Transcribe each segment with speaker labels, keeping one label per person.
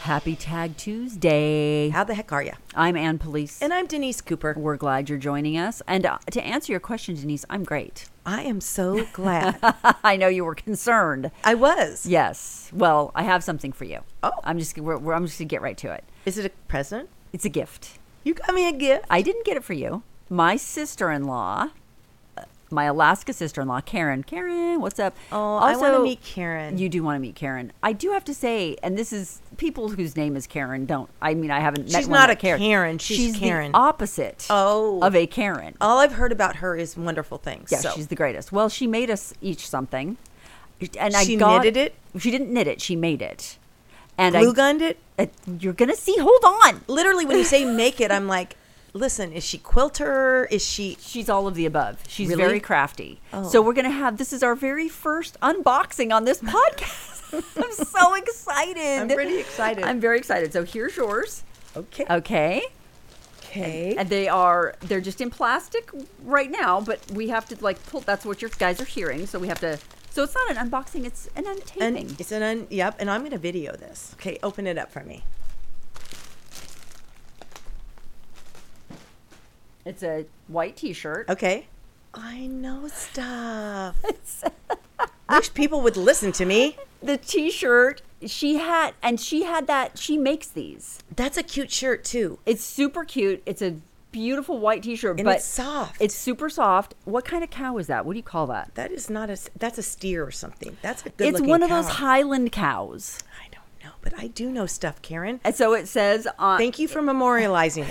Speaker 1: Happy Tag Tuesday.
Speaker 2: How the heck are you?
Speaker 1: I'm Ann Police.
Speaker 2: And I'm Denise Cooper.
Speaker 1: We're glad you're joining us. And uh, to answer your question, Denise, I'm great.
Speaker 2: I am so glad.
Speaker 1: I know you were concerned.
Speaker 2: I was.
Speaker 1: Yes. Well, I have something for you.
Speaker 2: Oh.
Speaker 1: I'm just we're, we're, I'm just gonna get right to it.
Speaker 2: Is it a present?
Speaker 1: It's a gift.
Speaker 2: You got me a gift.
Speaker 1: I didn't get it for you. My sister-in-law, uh, my Alaska sister-in-law, Karen. Karen, what's up?
Speaker 2: Oh, I want to meet Karen.
Speaker 1: You do want to meet Karen. I do have to say, and this is people whose name is Karen. Don't I mean I haven't met
Speaker 2: She's
Speaker 1: one
Speaker 2: not
Speaker 1: that
Speaker 2: a
Speaker 1: cared.
Speaker 2: Karen, she's
Speaker 1: the
Speaker 2: Karen.
Speaker 1: opposite.
Speaker 2: Oh.
Speaker 1: of a Karen.
Speaker 2: All I've heard about her is wonderful things.
Speaker 1: Yeah,
Speaker 2: so.
Speaker 1: she's the greatest. Well, she made us each something, and I
Speaker 2: She
Speaker 1: got,
Speaker 2: knitted it?
Speaker 1: She didn't knit it. She made it. And I,
Speaker 2: glue gunned it.
Speaker 1: uh, you're gonna see. Hold on.
Speaker 2: Literally, when you say make it, I'm like, listen, is she quilter? Is she?
Speaker 1: She's all of the above. She's
Speaker 2: Really?
Speaker 1: very crafty.
Speaker 2: Oh.
Speaker 1: So we're gonna have this is our very first unboxing on this podcast. I'm so excited.
Speaker 2: I'm pretty excited.
Speaker 1: I'm very excited. So here's yours.
Speaker 2: Okay.
Speaker 1: Okay.
Speaker 2: Okay.
Speaker 1: And they are they're just in plastic right now, but we have to like pull that's what your guys are hearing, so we have to so it's not an unboxing, it's an
Speaker 2: And
Speaker 1: untaping.
Speaker 2: it's an un- yep, and I'm going to video this. Okay, open it up for me.
Speaker 1: It's a white T-shirt.
Speaker 2: Okay. I know stuff.
Speaker 1: It's-
Speaker 2: Wish people would listen to me.
Speaker 1: the T-shirt she had, and she had that. She makes these.
Speaker 2: That's a cute shirt too.
Speaker 1: It's super cute. It's a beautiful white T-shirt,
Speaker 2: And
Speaker 1: but
Speaker 2: it's soft.
Speaker 1: It's super soft. What kind of cow is that? What do you call that?
Speaker 2: That is not a. s- That's a steer or something. That's a good.
Speaker 1: it's one of those
Speaker 2: cow.
Speaker 1: Highland cows.
Speaker 2: I don't know, but I do know stuff, Karen.
Speaker 1: And so it says on
Speaker 2: Thank you for memorializing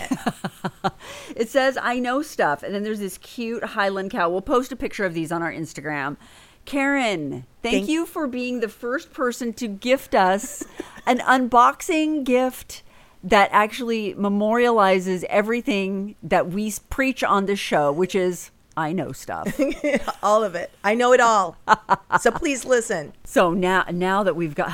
Speaker 2: it.
Speaker 1: it says I know stuff, and then there's this cute Highland cow. We'll post a picture of these on our Instagram. Karen, thank,
Speaker 2: Thank-
Speaker 1: you for being the first person to gift us an unboxing gift that actually memorializes everything that we s- preach on this show, which is I know stuff.
Speaker 2: all of it. I know it all. So please listen.
Speaker 1: so now, now that we've got,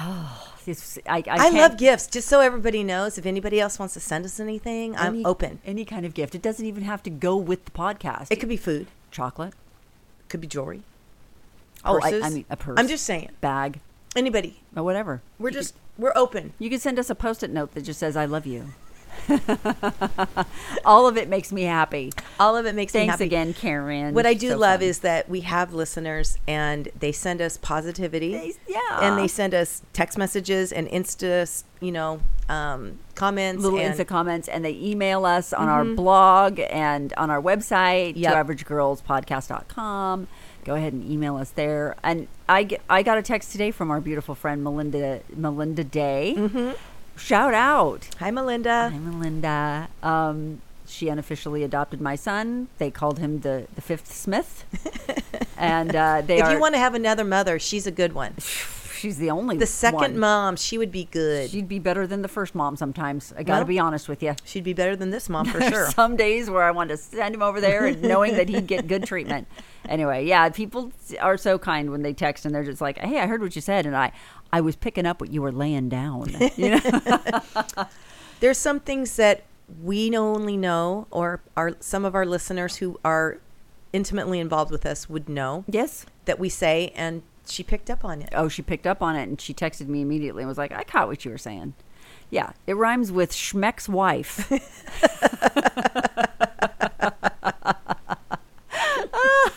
Speaker 1: this, I, I,
Speaker 2: I
Speaker 1: can't-
Speaker 2: love gifts. Just so everybody knows, if anybody else wants to send us anything, I'm
Speaker 1: any-
Speaker 2: open.
Speaker 1: Any kind of gift. It doesn't even have to go with the podcast.
Speaker 2: It could be food.
Speaker 1: chocolate.
Speaker 2: Could be jewelry.
Speaker 1: Oh, I- I,
Speaker 2: purses.
Speaker 1: mean a purse.
Speaker 2: I'm just saying.
Speaker 1: Bag
Speaker 2: Anybody.
Speaker 1: or whatever.
Speaker 2: We're just we're open.
Speaker 1: You can send us a post-it note that just says "I love you." All of it makes me happy.
Speaker 2: All of it makes me
Speaker 1: Thanks
Speaker 2: happy.
Speaker 1: again, Karen.
Speaker 2: What I do
Speaker 1: So
Speaker 2: love
Speaker 1: fun.
Speaker 2: is that we have listeners and they send us positivity.
Speaker 1: They- yeah.
Speaker 2: And they send us text messages and Insta, you know, um, comments.
Speaker 1: little
Speaker 2: and Mm-hmm.
Speaker 1: Insta comments, and they email us on our blog and on our website,
Speaker 2: Yep.
Speaker 1: twoaveragegirlspodcast.com. Go ahead and email us there. And I, get, I got a text today from our beautiful friend Melinda Melinda Day.
Speaker 2: Mm-hmm.
Speaker 1: Shout out.
Speaker 2: Hi, Melinda.
Speaker 1: Hi, Melinda. Um, she unofficially adopted my son. They called him the, the fifth Smith, and uh, they
Speaker 2: if
Speaker 1: are.
Speaker 2: you want to have another mother, she's a good one.
Speaker 1: she's the only
Speaker 2: The second
Speaker 1: one.
Speaker 2: mom, she would be good.
Speaker 1: She'd be better than the first mom sometimes. I got to
Speaker 2: Well,
Speaker 1: be honest with you.
Speaker 2: She'd be better than this mom for
Speaker 1: There's
Speaker 2: sure.
Speaker 1: some days where I want to send him over there and knowing that he'd get good treatment. Anyway, yeah, people are so kind when they text and they're just like, "Hey, I heard what you said, and I, I was picking up what you were laying down." You know?
Speaker 2: There's some things that we only know, or our some of our listeners who are intimately involved with us would know
Speaker 1: yes.
Speaker 2: that we say, and she picked up on it.
Speaker 1: Oh, she picked up on it and she texted me immediately and was like, "I caught what you were saying." Yeah, it rhymes with Schmeck's wife.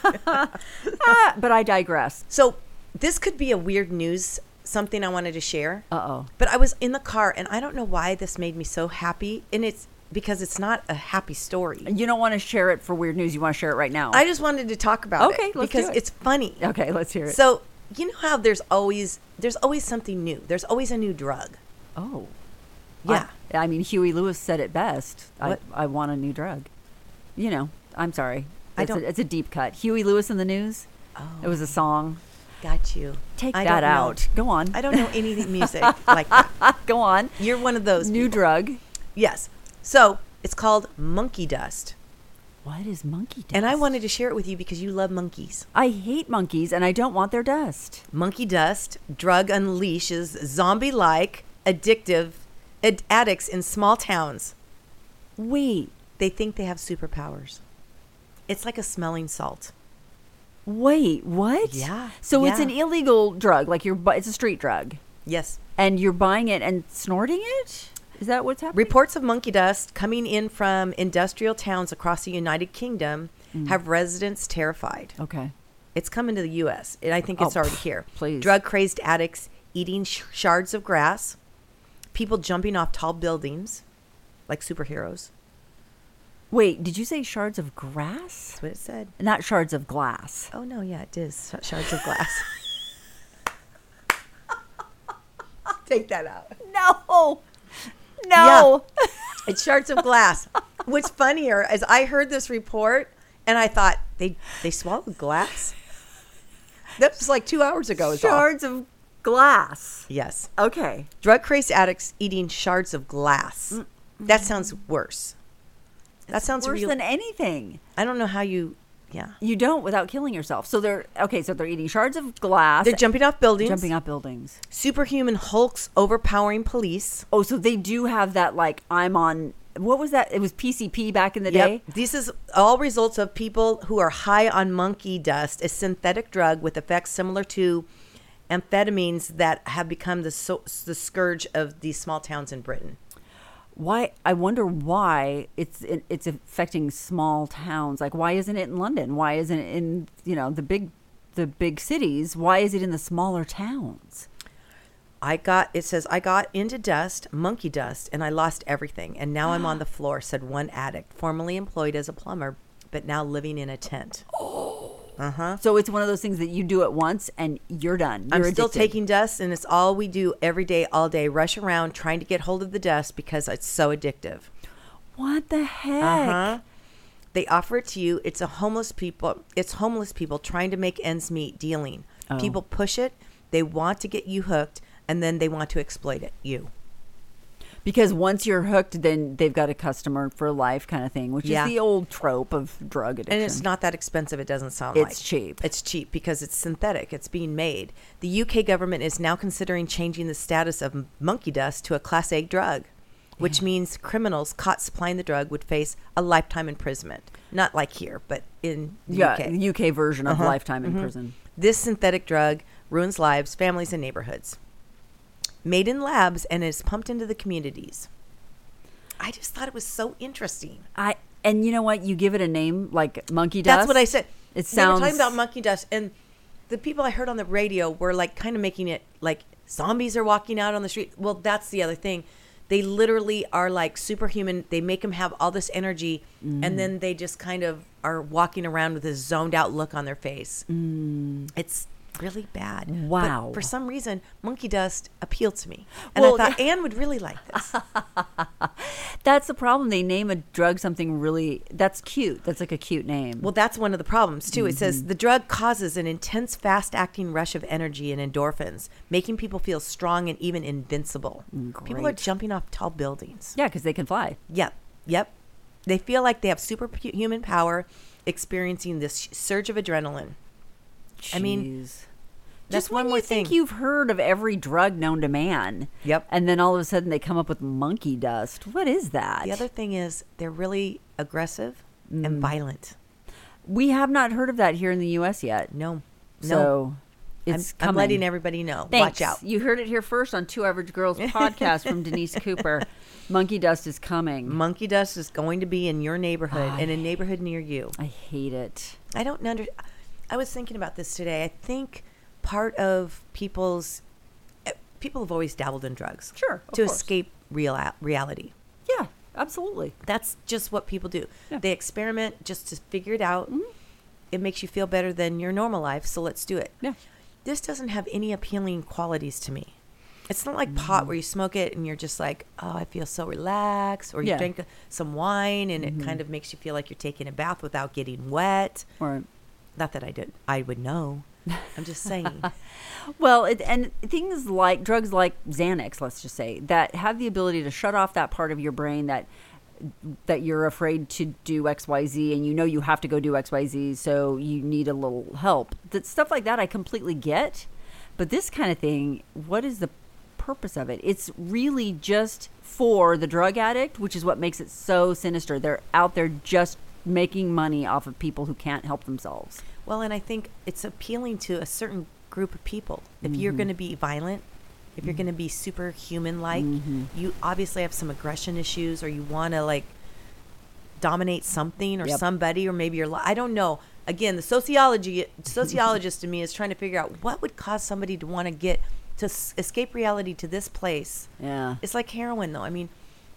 Speaker 1: Ah, but I digress.
Speaker 2: So this could be a weird news, something I wanted to share.
Speaker 1: Uh-oh.
Speaker 2: But I was in the car, and I don't know why this made me so happy, and it's because it's not a happy story.
Speaker 1: You don't want to share it for weird news. You want to share it right now.
Speaker 2: I just wanted to talk about
Speaker 1: Okay,
Speaker 2: it
Speaker 1: let's
Speaker 2: because
Speaker 1: do it.
Speaker 2: it's funny.
Speaker 1: okay, let's hear it.
Speaker 2: So you know how there's always there's always something new. There's always a new drug.
Speaker 1: oh,
Speaker 2: Yeah.
Speaker 1: I, I mean, Huey Lewis said it best. I,
Speaker 2: What?
Speaker 1: I want a new drug. You know, I'm sorry.
Speaker 2: I
Speaker 1: It's a-
Speaker 2: don't-
Speaker 1: it's a deep cut. Huey Lewis in the news. It was a song.
Speaker 2: Got you.
Speaker 1: Oh. Take
Speaker 2: I
Speaker 1: that
Speaker 2: don't know.
Speaker 1: out. Go on.
Speaker 2: I don't know any music like that.
Speaker 1: Go on.
Speaker 2: You're one of those.
Speaker 1: New
Speaker 2: people.
Speaker 1: drug.
Speaker 2: Yes. So it's called monkey dust,
Speaker 1: What is monkey dust?
Speaker 2: and I wanted to share it with you because you love monkeys.
Speaker 1: I hate monkeys and I don't want their dust.
Speaker 2: Monkey dust drug unleashes zombie-like addictive ad- addicts in small towns.
Speaker 1: Wait,
Speaker 2: They think they have superpowers. It's like a smelling salt.
Speaker 1: wait, what?
Speaker 2: Yeah,
Speaker 1: So it's
Speaker 2: yeah.
Speaker 1: an illegal drug, like your bu- it's a street drug.
Speaker 2: Yes.
Speaker 1: and you're buying it and snorting it? Is that what's happening?
Speaker 2: Reports of monkey dust coming in from industrial towns across the United Kingdom
Speaker 1: Mm.
Speaker 2: have residents terrified.
Speaker 1: okay.
Speaker 2: It's coming to the U.S. and I think it's
Speaker 1: Oh,
Speaker 2: already
Speaker 1: pff,
Speaker 2: here.
Speaker 1: please.
Speaker 2: drug crazed addicts eating sh- shards of grass, people jumping off tall buildings, like superheroes.
Speaker 1: Wait, did you say shards of grass?
Speaker 2: That's what it said.
Speaker 1: Not shards of glass.
Speaker 2: Oh no, yeah, it is sh- shards of glass. Take that out.
Speaker 1: No. No.
Speaker 2: It's shards of glass. What's funnier is I heard this report and I thought they they swallowed glass. That was like two hours ago. is all.
Speaker 1: Shards of glass.
Speaker 2: Yes.
Speaker 1: Okay.
Speaker 2: Drug crazed addicts eating shards of glass. That sounds worse. That sounds
Speaker 1: Worse
Speaker 2: real.
Speaker 1: than anything.
Speaker 2: I don't know how you. Yeah.
Speaker 1: You don't without killing yourself. So they're okay, so they're eating shards of glass.
Speaker 2: They're jumping off buildings.
Speaker 1: jumping off buildings.
Speaker 2: Superhuman hulks overpowering police.
Speaker 1: Oh, so they do have that like I'm on what was that? It was PCP back in the day.
Speaker 2: Yep. This is all results of people who are high on monkey dust, a synthetic drug with effects similar to amphetamines that have become the so- the scourge of these small towns in Britain.
Speaker 1: Why I wonder why it's it, it's affecting small towns. Like why isn't it in London? Why isn't it in, you know, the big the big cities? Why is it in the smaller towns?
Speaker 2: I got it says I got into dust, monkey dust, and I lost everything. And now I'm on the floor, said one addict, formerly employed as a plumber, but now living in a tent.
Speaker 1: Oh, So it's one of those things that you do it once and you're done. You're
Speaker 2: Uh-huh. I'm still
Speaker 1: addicted.
Speaker 2: taking dust, and it's all we do every day, all day. Rush around trying to get hold of the dust because it's so addictive.
Speaker 1: What the heck?
Speaker 2: Uh-huh. They offer it to you. It's a homeless people. It's homeless people trying to make ends meet dealing.
Speaker 1: Oh.
Speaker 2: People push it. They want to get you hooked, and then they want to exploit it. You.
Speaker 1: Because once you're hooked, then they've got a customer for life kind of thing, which
Speaker 2: Yeah.
Speaker 1: is the old trope of drug addiction.
Speaker 2: And it's not that expensive. It doesn't sound
Speaker 1: It's
Speaker 2: like
Speaker 1: cheap.
Speaker 2: It's cheap because it's synthetic. It's being made. The UK government is now considering changing the status of m- monkey dust to a class A drug, which means criminals caught supplying the drug would face a lifetime imprisonment. Not like here, but in the Uh-huh.
Speaker 1: yeah,
Speaker 2: UK.
Speaker 1: the UK version of lifetime
Speaker 2: Mm-hmm.
Speaker 1: in prison.
Speaker 2: This synthetic drug ruins lives, families, and neighborhoods. Made in labs and is pumped into the communities. I just thought it was so interesting.
Speaker 1: I and you know what? You give it a name like monkey dust.
Speaker 2: That's what I said.
Speaker 1: It
Speaker 2: They were
Speaker 1: sounds
Speaker 2: talking about monkey dust, and the people I heard on the radio were like kind of making it like zombies are walking out on the street. Well, that's the other thing. They literally are like superhuman. They make them have all this energy,
Speaker 1: Mm.
Speaker 2: and then they just kind of are walking around with this zoned out look on their face. It's really bad. But
Speaker 1: Mm. Wow.
Speaker 2: for some reason, monkey dust appealed to me. And
Speaker 1: Well,
Speaker 2: I thought Anne would really like this.
Speaker 1: that's the problem. They name a drug something really that's cute. That's like a cute name.
Speaker 2: Well, that's one of the problems, too. It
Speaker 1: Mm-hmm.
Speaker 2: says the drug causes an intense, fast acting rush of energy and endorphins, making people feel strong and even invincible. People are
Speaker 1: Mm, great.
Speaker 2: jumping off tall buildings.
Speaker 1: yeah, because they can fly.
Speaker 2: Yep. Yep. They feel like they have superhuman power, experiencing this surge of adrenaline. I mean,
Speaker 1: Jeez.
Speaker 2: that's
Speaker 1: just when
Speaker 2: one more
Speaker 1: you think
Speaker 2: thing.
Speaker 1: you've heard of every drug known to man.
Speaker 2: Yep.
Speaker 1: And then all of a sudden they come up with monkey dust. What is that?
Speaker 2: The other thing is they're really aggressive
Speaker 1: Mm.
Speaker 2: and violent.
Speaker 1: we have not heard of that here in the U.S. yet.
Speaker 2: No. No.
Speaker 1: So
Speaker 2: I'm,
Speaker 1: it's
Speaker 2: I'm
Speaker 1: coming.
Speaker 2: letting everybody know.
Speaker 1: Thanks.
Speaker 2: Watch out.
Speaker 1: You heard it here first on Two Average Girls podcast from Denise Cooper. Monkey dust is coming.
Speaker 2: Monkey dust is going to be in your neighborhood
Speaker 1: I
Speaker 2: and a neighborhood near you.
Speaker 1: I hate it.
Speaker 2: I don't under. I was thinking about this today. I think part of people's eh, people have always dabbled in drugs,
Speaker 1: Sure, of
Speaker 2: to
Speaker 1: course.
Speaker 2: escape real reality.
Speaker 1: Yeah, absolutely.
Speaker 2: That's just what people do.
Speaker 1: Yeah. Mm-hmm.
Speaker 2: They experiment just to figure it out. It makes you feel better than your normal life, so let's do it.
Speaker 1: Yeah.
Speaker 2: This doesn't have any appealing qualities to me. It's not like pot
Speaker 1: Mm.
Speaker 2: where you smoke it and you're just like, oh, I feel so relaxed. Or you
Speaker 1: Yeah. Mm-hmm.
Speaker 2: drink uh, some wine and it kind of makes you feel like you're taking a bath without getting wet.
Speaker 1: Or
Speaker 2: Not that I did. I would know. I'm just saying.
Speaker 1: well, it, and things like drugs like Xanax, let's just say, that have the ability to shut off that part of your brain that that you're afraid to do X Y Z, and you know you have to go do X Y Z, so you need a little help. That stuff like that, I completely get. But this kind of thing, what is the purpose of it? It's really just for the drug addict, which is what makes it so sinister. They're out there just making money off of people who can't help themselves.
Speaker 2: well, and I think it's appealing to a certain group of people. If you're going to be violent, If you're going to be superhuman like, you obviously have some aggression issues or you want to like dominate something or
Speaker 1: Yep.
Speaker 2: somebody or maybe your li- I don't know. Again, the sociology sociologist in me is trying to figure out what would cause somebody to want to get to s- escape reality to this place.
Speaker 1: Yeah.
Speaker 2: It's like heroin though. I mean,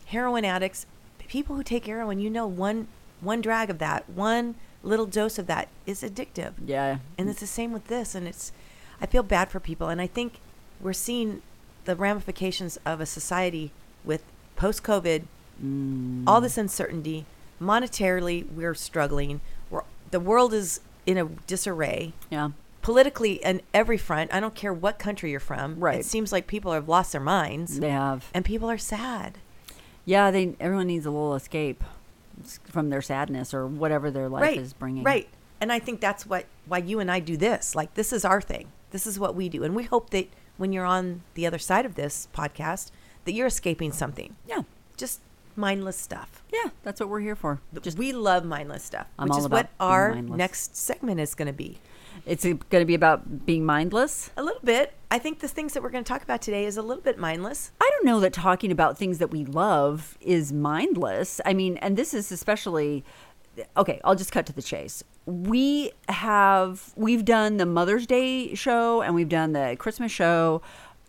Speaker 2: heroin addicts, people who take heroin, you know one one drag of that, one little dose of that is addictive.
Speaker 1: Yeah.
Speaker 2: And it's the same with this. And it's, I feel bad for people. And I think we're seeing the ramifications of a society with post COVID,
Speaker 1: Mm.
Speaker 2: all this uncertainty. Monetarily, we're struggling. We're, the world is in a disarray.
Speaker 1: Yeah.
Speaker 2: Politically, on every front, I don't care what country you're from.
Speaker 1: Right.
Speaker 2: It seems like people have lost their minds
Speaker 1: They have.
Speaker 2: and people are sad.
Speaker 1: Yeah, they everyone needs a little escape s- from their sadness or whatever their life
Speaker 2: right.
Speaker 1: is bringing.
Speaker 2: Right. And I think that's what why you and I do this. Like this is our thing. This is what we do. And we hope that when you're on the other side of this podcast that you're escaping something.
Speaker 1: Yeah.
Speaker 2: Just mindless stuff.
Speaker 1: Yeah, that's what we're here for. Just
Speaker 2: Just we love mindless stuff,
Speaker 1: I'm
Speaker 2: which
Speaker 1: all
Speaker 2: is
Speaker 1: about
Speaker 2: what
Speaker 1: being
Speaker 2: our
Speaker 1: mindless.
Speaker 2: next segment is going to be.
Speaker 1: it's going to be about being mindless.
Speaker 2: A little bit. I think the things that we're going to talk about today is a little bit mindless.
Speaker 1: I don't know that talking about things that we love is mindless. I mean, and this is especially okay, I'll just cut to the chase. We have we've done the Mother's Day show and we've done the Christmas show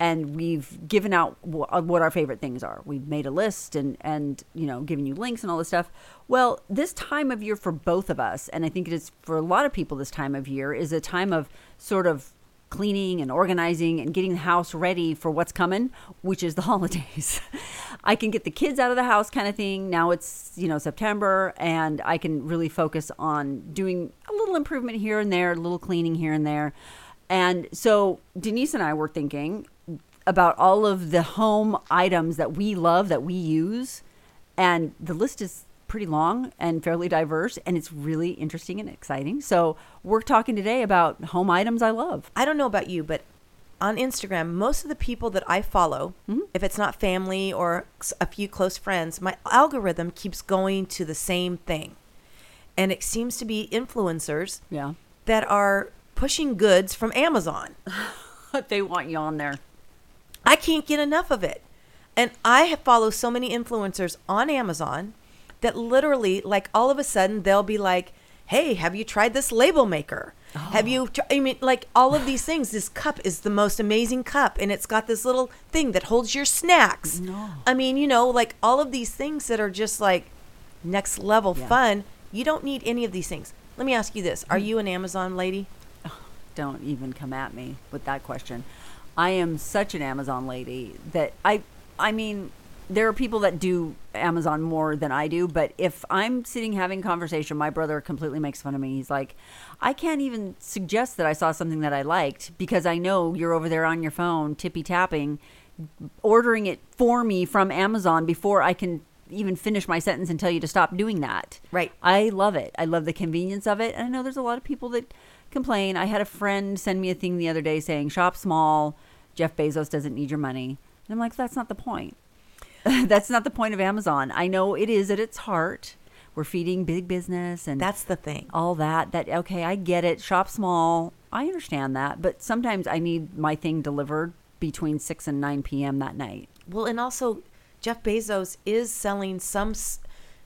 Speaker 1: and we've given out wh- uh, what our favorite things are. We've made a list and and you know, given you links and all this stuff. Well, this time of year for both of us and I think it is for a lot of people this time of year is a time of sort of cleaning and organizing and getting the house ready for what's coming, which is the holidays. I can get the kids out of the house kind of thing. Now it's, you know, September and I can really focus on doing a little improvement here and there, a little cleaning here and there. And so Denise and I were thinking about all of the home items that we love that we use and the list is pretty long and fairly diverse and it's really interesting and exciting. So we're talking today about home items I love.
Speaker 2: I don't know about you, but on Instagram, most of the people that I follow, if it's not family or s- a few close friends, my algorithm keeps going to the same thing. And it seems to be influencers
Speaker 1: Yeah.
Speaker 2: that are pushing goods from Amazon.
Speaker 1: they want you on there.
Speaker 2: I can't get enough of it. And I have follow so many influencers on Amazon that literally, like, all of a sudden they'll be like, hey, have you tried this label maker? Have you, tr- I mean, like, all of these things. This cup is the most amazing cup, and it's got this little thing that holds your snacks.
Speaker 1: No.
Speaker 2: I mean, you know, like, all of these things that are just like next level
Speaker 1: Yeah. Mm.
Speaker 2: fun. You don't need any of these things. Let me ask you this Are you an Amazon lady?
Speaker 1: Don't even come at me with that question. I am such an Amazon lady that I I mean there are people that do Amazon more than I do, but if I'm sitting having conversation, my brother completely makes fun of me. He's like, I can't even suggest that I saw something that I liked because I know you're over there on your phone tippy tapping, ordering it for me from Amazon before I can even finish my sentence and tell you to stop doing that.
Speaker 2: Right.
Speaker 1: I love it. I love the convenience of it. And I know there's a lot of people that complain. I had a friend send me a thing the other day saying, shop small. Jeff Bezos doesn't need your money. And I'm like, that's not the point. that's not the point of Amazon. I know it is at its heart. We're feeding big business and
Speaker 2: That's the thing.
Speaker 1: all that. That, okay, I get it. Shop small. I understand that. But sometimes I need my thing delivered between 6 and 9 p.m. that night.
Speaker 2: Well, and also Jeff Bezos is selling some s-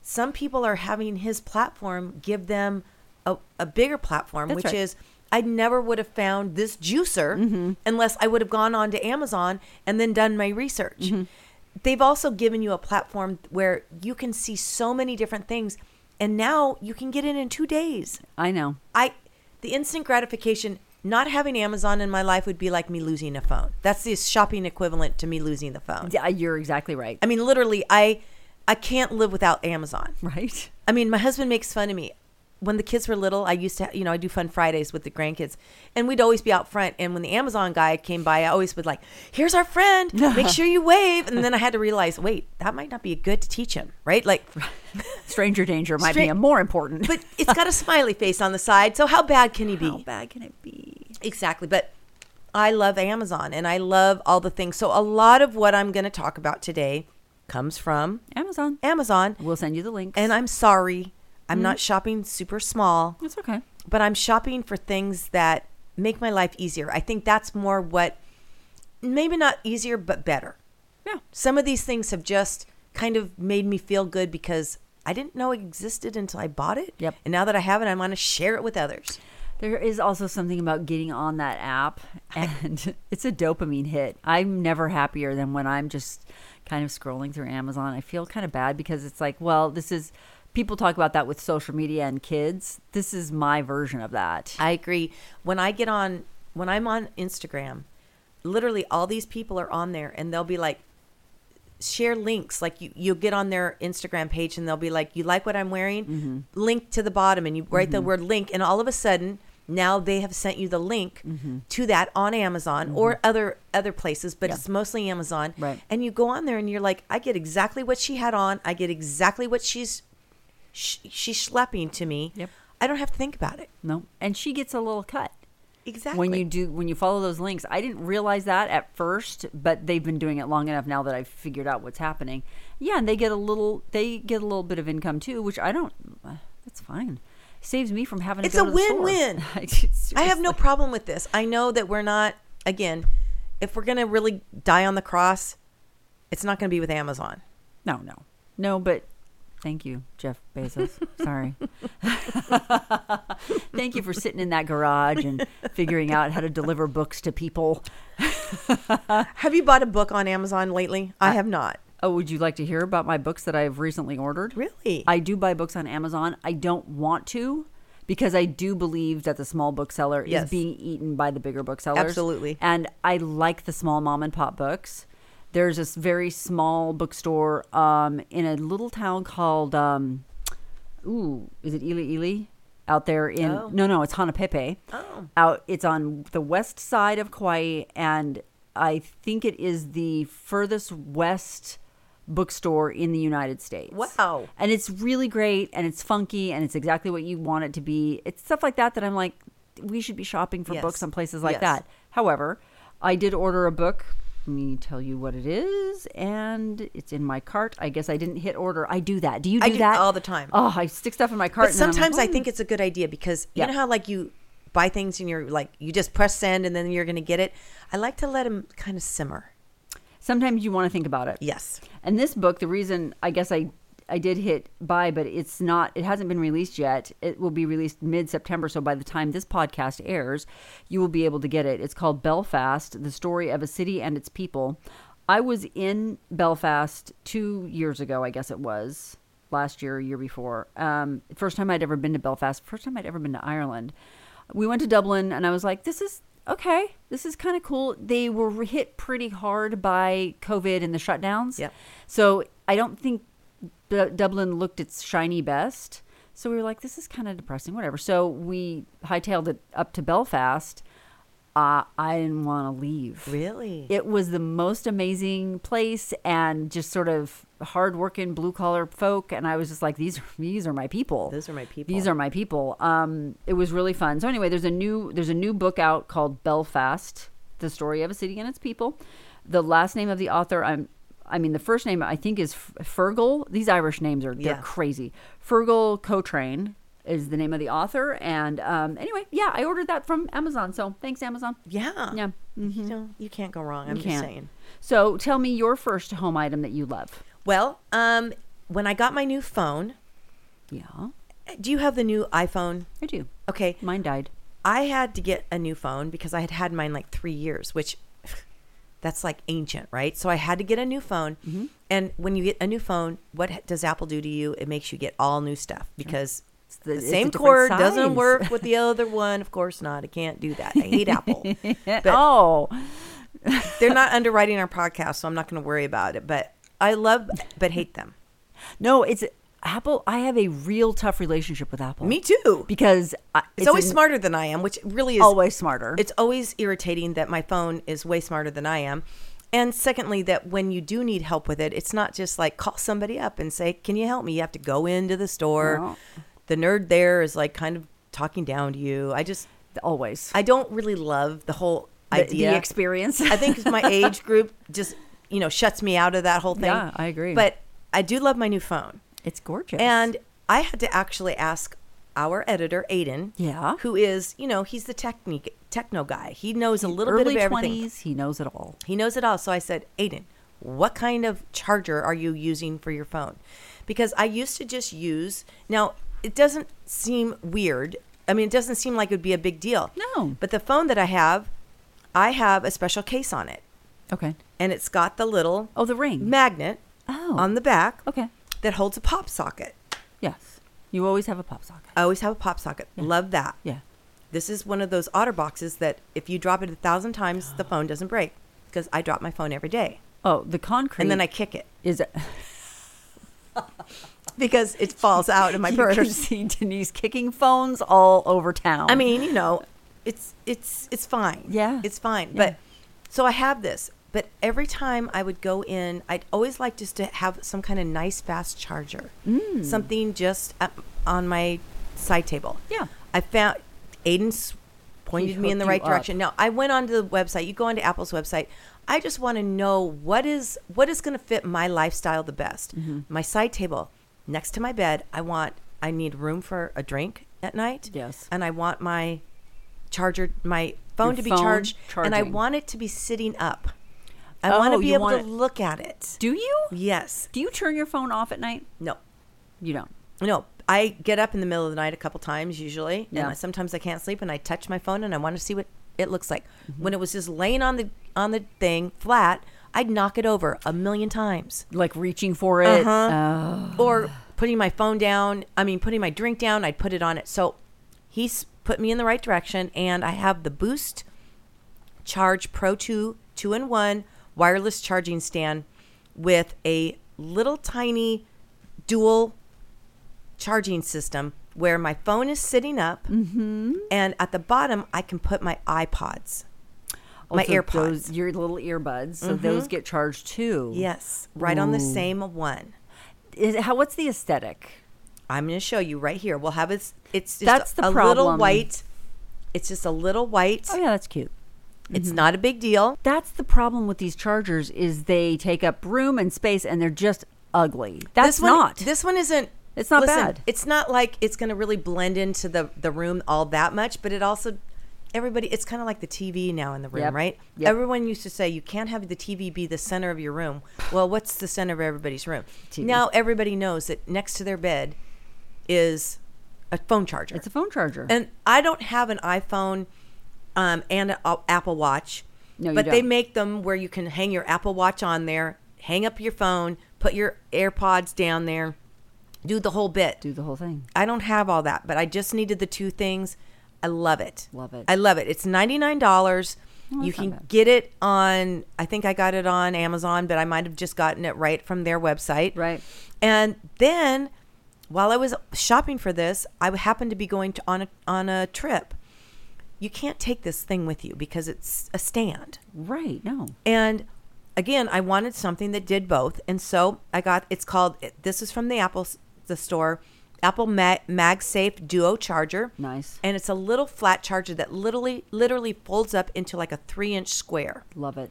Speaker 2: some people are having his platform give them a, a bigger platform,
Speaker 1: That's
Speaker 2: which
Speaker 1: right. Mm-hmm.
Speaker 2: is I never would have found this juicer unless I would have gone on to Amazon and then done my research.
Speaker 1: Mm-hmm.
Speaker 2: They've also given you a platform where you can see so many different things and now you can get it in 2 days.
Speaker 1: I know.
Speaker 2: I the instant gratification not having Amazon in my life would be like me losing a phone. That's the shopping equivalent to me losing the phone.
Speaker 1: Yeah, You're exactly right.
Speaker 2: I mean, literally, I I can't live without Amazon.
Speaker 1: Right?
Speaker 2: I mean, my husband makes fun of me. When the kids were little, I used to, you know, I do fun Fridays with the grandkids, and we'd always be out front. And when the Amazon guy came by, I always would like, "Here's our friend. Make sure you wave." And then I had to realize, wait, that might not be good to teach him, right? Like,
Speaker 1: Stranger danger might be
Speaker 2: Stra-
Speaker 1: a more important.
Speaker 2: but it's got a smiley face on the side, so how bad can he be?
Speaker 1: How bad can it be?
Speaker 2: Exactly. But I love Amazon and I love all the things. So a lot of what I'm going to talk about today comes from
Speaker 1: Amazon.
Speaker 2: Amazon.
Speaker 1: We'll send you the links.
Speaker 2: And I'm sorry. I'm not shopping super small,
Speaker 1: it's okay.
Speaker 2: but I'm shopping for things that make my life easier. I think that's more what maybe not easier, but better.
Speaker 1: Yeah.
Speaker 2: Some of these things have just kind of made me feel good because I didn't know it existed until I bought it.
Speaker 1: Yep.
Speaker 2: And now that I have it, I want to share it with others.
Speaker 1: There is also something about getting on that app, and it's a dopamine hit. I'm never happier than when I'm just kind of scrolling through Amazon. I feel kind of bad because it's like, well, this is people talk about that with social media and kids. This is my version of that.
Speaker 2: I agree. When I get on, when I'm on Instagram, literally all these people are on there and they'll be like, share links. Like you, you'll get on their Instagram page and they'll be like, you like what I'm wearing?
Speaker 1: Mm-hmm.
Speaker 2: Link to the bottom and you write the word link. And all of a sudden, now they have sent you the link
Speaker 1: Mm-hmm.
Speaker 2: to that on Amazon or other other places, but it's mostly Amazon.
Speaker 1: Right.
Speaker 2: And you go on there and you're like, I get exactly what she had on. I get exactly what she's sh- she's schlepping to me.
Speaker 1: Yep.
Speaker 2: I don't have to think about it.
Speaker 1: No, and she gets a little cut
Speaker 2: Exactly.
Speaker 1: when you do when you follow those links. I didn't realize that at first, but they've been doing it long enough now that I've figured out what's happening. Yeah, and they get a little they get a little bit of income too, which I don't. uh, That's fine. Saves me from having. To
Speaker 2: It's
Speaker 1: go
Speaker 2: a
Speaker 1: to the store.
Speaker 2: win-win. I have no problem with this. I know that we're not again, if we're gonna really die on the cross, it's not gonna be with Amazon.
Speaker 1: No, no, no. But thank you, Jeff Bezos. Sorry. thank you for sitting in that garage and figuring out how to deliver books to people.
Speaker 2: Have you bought a book on Amazon lately? I, have not.
Speaker 1: Oh, would you like to hear about my books that I have recently ordered?
Speaker 2: Really?
Speaker 1: I do buy books on Amazon. I don't want to because I do believe that the small bookseller
Speaker 2: Yes.
Speaker 1: is being eaten by the bigger booksellers.
Speaker 2: Absolutely.
Speaker 1: And I like the small mom and pop books. There's this very small bookstore um, in a little town called, um, ooh, is it Ili Ili? Out there in,
Speaker 2: Oh.
Speaker 1: no, no, it's Hanapepe.
Speaker 2: Oh.
Speaker 1: Out, it's on the west side of Kauai, and I think it is the furthest west bookstore in the United States.
Speaker 2: Wow.
Speaker 1: And it's really great and it's funky and it's exactly what you want it to be. It's stuff like that that I'm like, we should be shopping for
Speaker 2: Yes.
Speaker 1: books on places like
Speaker 2: Yes.
Speaker 1: that. However, I did order a book. Let me tell you what it is, and it's in my cart. I guess I didn't hit order. I do that. Do you do,
Speaker 2: I do
Speaker 1: that
Speaker 2: all the time.
Speaker 1: Oh, I stick stuff in my cart.
Speaker 2: but
Speaker 1: and then I'm like,
Speaker 2: sometimes I
Speaker 1: "Hmm."
Speaker 2: think it's a good idea because you
Speaker 1: Yeah.
Speaker 2: know how like you buy things and you're like you just press send and then you're gonna get it. I like to let them kind of simmer.
Speaker 1: sometimes you want to think about it.
Speaker 2: Yes.
Speaker 1: And this book, the reason I guess I I did hit buy, but it's not it hasn't been released yet. It will be released mid September, so by the time this podcast airs, you will be able to get it. It's called Belfast: The Story of a City and Its People. I was in Belfast two years ago, I guess it was last year, year before. Um, first time I'd ever been to Belfast. First time I'd ever been to Ireland. We went to Dublin, and I was like, "This is okay. This is kind of cool." They were hit pretty hard by COVID and the shutdowns.
Speaker 2: Yep.
Speaker 1: So I don't think D- Dublin looked its shiny best. So we were like, "This is kind of depressing." Whatever. So we hightailed it up to Belfast. Uh, I didn't want to leave.
Speaker 2: Really?
Speaker 1: It was the most amazing place and just sort of hardworking blue collar folk. And I was just like, these these are my people.
Speaker 2: Those are my people.
Speaker 1: These are my people. Um, it was really fun. So anyway, there's a new there's a new book out called Belfast: The Story of a City and Its People. The last name of the author, I'm I mean, the first name I think is F- Fergal. These Irish names are they're
Speaker 2: Yeah.
Speaker 1: crazy. Fergal Cotrain is the name of the author. And um, anyway, yeah, I ordered that from Amazon. So thanks, Amazon.
Speaker 2: Yeah.
Speaker 1: Yeah. Mm-hmm.
Speaker 2: You know, you can't go wrong. I'm
Speaker 1: You
Speaker 2: just
Speaker 1: can't.
Speaker 2: saying.
Speaker 1: So tell me your first home item that you love.
Speaker 2: Well, um, when I got my new phone,
Speaker 1: Yeah,
Speaker 2: do you have the new iPhone?
Speaker 1: I do.
Speaker 2: Okay.
Speaker 1: Mine died.
Speaker 2: I had to get a new phone because I had had mine like three years, which that's like ancient, right? So I had to get a new phone.
Speaker 1: Mm-hmm.
Speaker 2: And when you get a new phone, what h- does Apple do to you? It makes you get all new stuff because
Speaker 1: the-
Speaker 2: the,
Speaker 1: it's a
Speaker 2: same
Speaker 1: different
Speaker 2: cord
Speaker 1: size.
Speaker 2: doesn't work with the other one. Of course not. I can't do that. I hate Apple. But-
Speaker 1: oh,
Speaker 2: They're not underwriting our podcast, so I'm not going to worry about it. But I love but hate them.
Speaker 1: no, it's Apple. I have a real tough relationship with Apple.
Speaker 2: Me too.
Speaker 1: Because I,
Speaker 2: It's, always
Speaker 1: an-
Speaker 2: smarter than I am, which really is
Speaker 1: Always smarter.
Speaker 2: It's always irritating that my phone is way smarter than I am. And secondly, that when you do need help with it, it's not just like call somebody up and say, Can you help me? You have to go into the store.
Speaker 1: No.
Speaker 2: The nerd there is like kind of talking down to you. I just,
Speaker 1: always
Speaker 2: I don't really love the whole
Speaker 1: the,
Speaker 2: idea.
Speaker 1: the experience.
Speaker 2: I think my age group just, you know, shuts me out of that whole thing.
Speaker 1: Yeah, I agree.
Speaker 2: But I do love my new phone.
Speaker 1: it's gorgeous.
Speaker 2: And I had to actually ask our editor, Aiden.
Speaker 1: Yeah.
Speaker 2: Who is, you know, he's the technique techno guy. He knows a little
Speaker 1: Early
Speaker 2: bit of everything.
Speaker 1: 20s, he knows it all.
Speaker 2: He knows it all. So I said, Aiden, what kind of charger are you using for your phone? Because I used to just use, now it doesn't seem weird. I mean, it doesn't seem like it would be a big deal.
Speaker 1: No.
Speaker 2: But the phone that I have, I have a special case on it.
Speaker 1: Okay.
Speaker 2: And it's got the little
Speaker 1: Oh, the ring.
Speaker 2: magnet
Speaker 1: Oh.
Speaker 2: on the back
Speaker 1: okay.
Speaker 2: that holds a pop socket.
Speaker 1: Yes. You always have a pop socket.
Speaker 2: I always have a pop socket. Love that.
Speaker 1: yeah.
Speaker 2: This is one of those otter boxes that if you drop it a thousand times, the phone doesn't break because I drop my phone every day
Speaker 1: Oh, the concrete.
Speaker 2: and then I kick it.
Speaker 1: is
Speaker 2: because it falls out of my
Speaker 1: you can
Speaker 2: purse.
Speaker 1: see Denise kicking phones all over town.
Speaker 2: I mean, you know, it's it's it's fine.
Speaker 1: Yeah.
Speaker 2: it's fine.
Speaker 1: Yeah.
Speaker 2: But so I have this. But every time I would go in, I'd always like just to have some kind of nice fast charger, mm. something just up on my side table.
Speaker 1: Yeah.
Speaker 2: I found Aiden s- pointed me in the
Speaker 1: hooked
Speaker 2: right
Speaker 1: you up.
Speaker 2: direction. Now I went onto the website. You go onto Apple's website. I just want to know what is what is going to fit my lifestyle the best.
Speaker 1: Mm-hmm.
Speaker 2: My side table next to my bed. I want. I need room for a drink at night.
Speaker 1: Yes.
Speaker 2: And I want my charger, my phone
Speaker 1: Your
Speaker 2: to be
Speaker 1: phone
Speaker 2: charged, and I
Speaker 1: charging.
Speaker 2: want it to be sitting up. I
Speaker 1: Oh,
Speaker 2: want to be
Speaker 1: you
Speaker 2: able
Speaker 1: want
Speaker 2: to
Speaker 1: it-
Speaker 2: look at it.
Speaker 1: do you?
Speaker 2: Yes.
Speaker 1: Do you turn your phone off at night?
Speaker 2: No.
Speaker 1: You don't.
Speaker 2: No, I get up in the middle of the night a couple times usually,
Speaker 1: Yeah.
Speaker 2: and I, sometimes I can't sleep, and I touch my phone, and I want to see what it looks like. When it was just laying on the on the thing flat, I'd knock it over a million times,
Speaker 1: Like reaching for it. uh,
Speaker 2: Uh-huh. or putting my phone down. I mean, putting my drink down, I'd put it on it. So he's put me in the right direction, and I have the Boost Charge Pro Two two in one wireless charging stand with a little tiny dual charging system where my phone is sitting up
Speaker 1: Mm-hmm.
Speaker 2: and at the bottom I can put my iPods.
Speaker 1: Oh,
Speaker 2: my Mm-hmm.
Speaker 1: so
Speaker 2: AirPods.
Speaker 1: those- your little earbuds. So those get charged too.
Speaker 2: Yes, right on the same one.
Speaker 1: Is, how? What's the aesthetic?
Speaker 2: I'm going to show you right here. We'll have it's it's just
Speaker 1: That's the
Speaker 2: a little
Speaker 1: problem.
Speaker 2: white. It's just a little white.
Speaker 1: Oh yeah, Mm-hmm. that's cute.
Speaker 2: It's not a big deal.
Speaker 1: That's the problem with these chargers is they take up room and space and they're just ugly. That's
Speaker 2: this one,
Speaker 1: not.
Speaker 2: This one isn't.
Speaker 1: It's not
Speaker 2: listen,
Speaker 1: bad.
Speaker 2: It's not like it's going to really blend into the the room all that much, but it also everybody. It's kind of like the TV now in the room,
Speaker 1: Yep.
Speaker 2: right?
Speaker 1: Yep.
Speaker 2: Everyone used to say you can't have the TV be the center of your room. Well, what's the center of everybody's room?
Speaker 1: TV.
Speaker 2: Now everybody knows that next to their bed is a phone charger.
Speaker 1: it's a phone charger.
Speaker 2: And I don't have an iPhone um, and an A- Apple Watch.
Speaker 1: No, you
Speaker 2: but they
Speaker 1: don't.
Speaker 2: make them where you can hang your Apple Watch on there, hang up your phone, put your AirPods down there, do the whole bit.
Speaker 1: Do the whole thing.
Speaker 2: I don't have all that, but I just needed the two things. I love it.
Speaker 1: Love it.
Speaker 2: I love it. It's ninety nine dollars. you
Speaker 1: that's not
Speaker 2: can
Speaker 1: bad.
Speaker 2: get it on. I think I got it on Amazon, but I might have just gotten it right from their website.
Speaker 1: Right.
Speaker 2: And then, while I was shopping for this, I happened to be going to, on a, on a trip. You can't take this thing with you because it's a stand.
Speaker 1: Right. No.
Speaker 2: And again, I wanted something that did both, and so I got. It's called. This is from the Apple s- the store, Apple Ma- MagSafe Duo Charger.
Speaker 1: Nice.
Speaker 2: And it's a little flat charger that literally literally folds up into like a three inch square.
Speaker 1: Love it.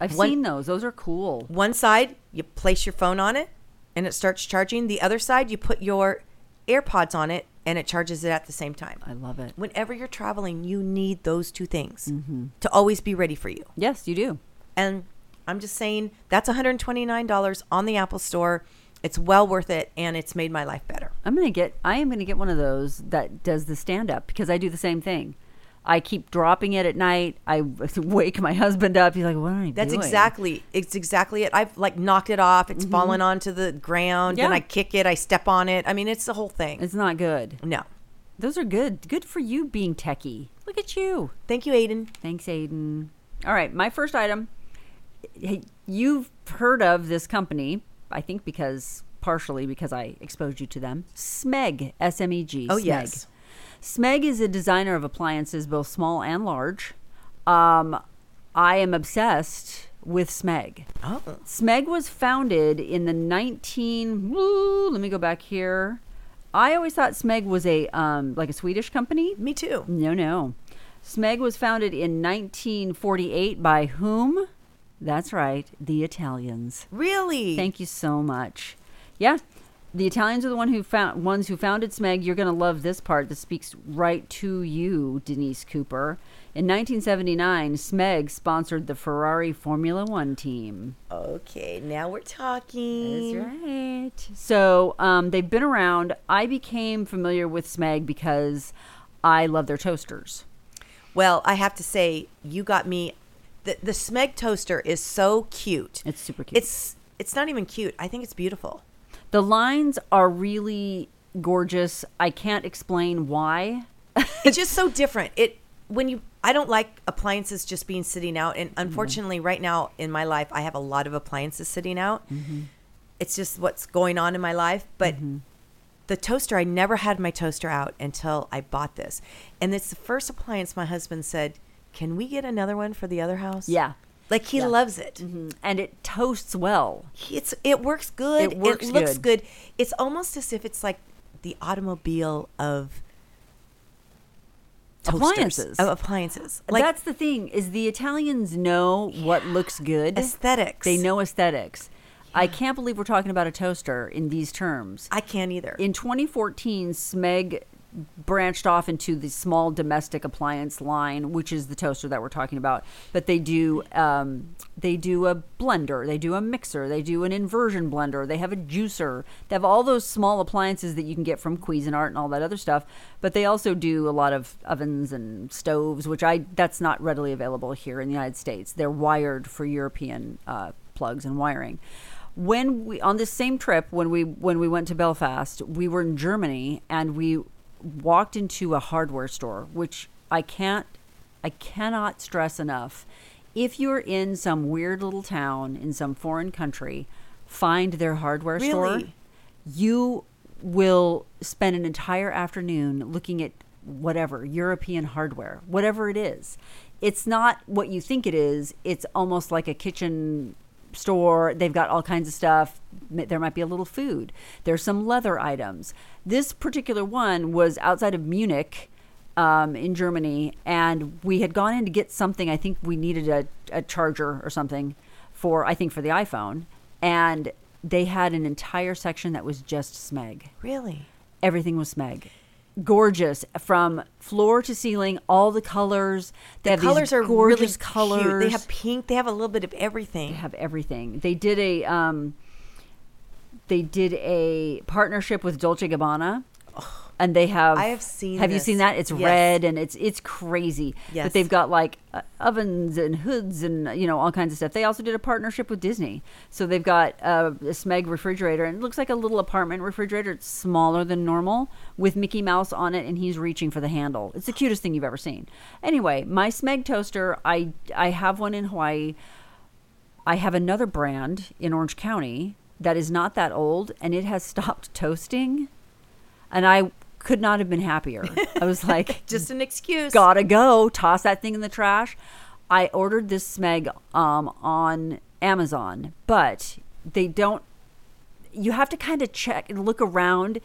Speaker 1: I've
Speaker 2: One-
Speaker 1: seen those. Those are cool.
Speaker 2: One side you place your phone on it, and it starts charging. The other side you put your AirPods on it, and it charges it at the same time.
Speaker 1: I love it.
Speaker 2: Whenever you're traveling, you need those two things
Speaker 1: Mm-hmm.
Speaker 2: to always be ready for you.
Speaker 1: Yes, you do.
Speaker 2: And I'm just saying that's $129 on the Apple Store. It's well worth it and it's made my life better.
Speaker 1: I'm gonna get. I am gonna get one of those that does the stand up because I do the same thing. I keep dropping it at night. I wake my husband up. He's like, "What are you
Speaker 2: That's
Speaker 1: doing?"
Speaker 2: exactly it's exactly it. I've like knocked it off. It's fallen onto the ground. Then
Speaker 1: Mm-hmm. Yeah.
Speaker 2: I kick it. I step on it. I mean, it's the whole thing.
Speaker 1: It's not good.
Speaker 2: no.
Speaker 1: Those are good. Good for you being techie. Look at you.
Speaker 2: Thank you, Aiden.
Speaker 1: Thanks, Aiden. All right, my first item. Hey, You've heard of this company, I think, because partially because I exposed you to them. Smeg, S M E G.
Speaker 2: Oh,
Speaker 1: Smeg.
Speaker 2: yes.
Speaker 1: Smeg is a designer of appliances, both small and large. Um, I am obsessed with Smeg.
Speaker 2: Oh.
Speaker 1: Smeg was founded in the 19. woo, let me go back here. I always thought Smeg was a um, like a Swedish company.
Speaker 2: Me too.
Speaker 1: No, no. Smeg was founded in 1948 by whom? That's right, the Italians.
Speaker 2: Really?
Speaker 1: Thank you so much. Yeah. the Italians are the one who found ones who founded SMEG. You're going to love this part that speaks right to you, Denise Cooper. In 1979, SMEG sponsored the Ferrari Formula One team.
Speaker 2: Okay, now we're talking.
Speaker 1: That's right. So um, they've been around. I became familiar with Smeg because I love their toasters.
Speaker 2: Well, I have to say, you got me. The, the Smeg toaster is so cute.
Speaker 1: It's super cute.
Speaker 2: It's it's not even cute. I think it's beautiful.
Speaker 1: The lines are really gorgeous. I can't explain why.
Speaker 2: It's just so different. It when you I don't like appliances just being sitting out,
Speaker 1: Mm-hmm.
Speaker 2: and unfortunately, right now in my life, I have a lot of appliances sitting out.
Speaker 1: Mm-hmm.
Speaker 2: It's just what's going on in my life, but. The toaster, I never had my toaster out until I bought this. And it's the first appliance my husband said, Can we get another one for the other house?
Speaker 1: Yeah.
Speaker 2: Like he
Speaker 1: Yeah. Mm-hmm.
Speaker 2: loves it.
Speaker 1: And it toasts well.
Speaker 2: It's it works good.
Speaker 1: It works
Speaker 2: looks
Speaker 1: good.
Speaker 2: good. It's almost as if it's like the automobile of toasters,
Speaker 1: Appliances.
Speaker 2: Of appliances. Like
Speaker 1: That's the thing is the Italians know what looks good.
Speaker 2: aesthetics.
Speaker 1: They know aesthetics. I can't believe we're talking about a toaster in these terms.
Speaker 2: I can't either.
Speaker 1: In 2014, Smeg branched off into the small domestic appliance line, which is the toaster that we're talking about. But they do um, they do a blender, they do a mixer, they do an inversion blender, they have a juicer, they have all those small appliances that you can get from Cuisinart and all that other stuff. But they also do a lot of ovens and stoves, which I that's not readily available here in the United States. They're wired for European uh, plugs and wiring when we on this same trip when we when we went to Belfast, we were in Germany and we walked into a hardware store, which I can't I cannot stress enough. If you're in some weird little town in some foreign country, find their hardware store.
Speaker 2: Really?
Speaker 1: You will spend an entire afternoon looking at whatever European hardware, whatever it is. It's not what you think it is. It's almost like a kitchen store. They've got all kinds of stuff. M- There might be a little food. There's some leather items. This particular one was outside of Munich um, in Germany, and we had gone in to get something. I think we needed a, a charger or something for, I think, for the iPhone. And they had an entire section that was just Smeg
Speaker 2: really?
Speaker 1: everything was Smeg. Gorgeous from floor to ceiling, all the colors. They have
Speaker 2: colors
Speaker 1: these
Speaker 2: are
Speaker 1: gorgeous
Speaker 2: really
Speaker 1: colors.
Speaker 2: cute. They have pink, they have a little bit of everything.
Speaker 1: They have everything. They did a um, they did a partnership with Dolce Gabbana. And they have.
Speaker 2: I have seen
Speaker 1: Have
Speaker 2: this.
Speaker 1: you seen that? It's
Speaker 2: Yes.
Speaker 1: red and it's it's crazy.
Speaker 2: Yes.
Speaker 1: But they've got like uh, ovens and hoods and you know all kinds of stuff. They also did a partnership with Disney, so they've got uh, a Smeg refrigerator and it looks like a little apartment refrigerator. It's smaller than normal with Mickey Mouse on it, and he's reaching for the handle. It's the cutest thing you've ever seen. Anyway, my Smeg toaster, I I have one in Hawaii. I have another brand in Orange County that is not that old and it has stopped toasting. And I could not have been happier. I was like,
Speaker 2: Just an excuse.
Speaker 1: gotta go, toss that thing in the trash. I ordered this Smeg um, on Amazon, but they don't you have to kind of check and look around.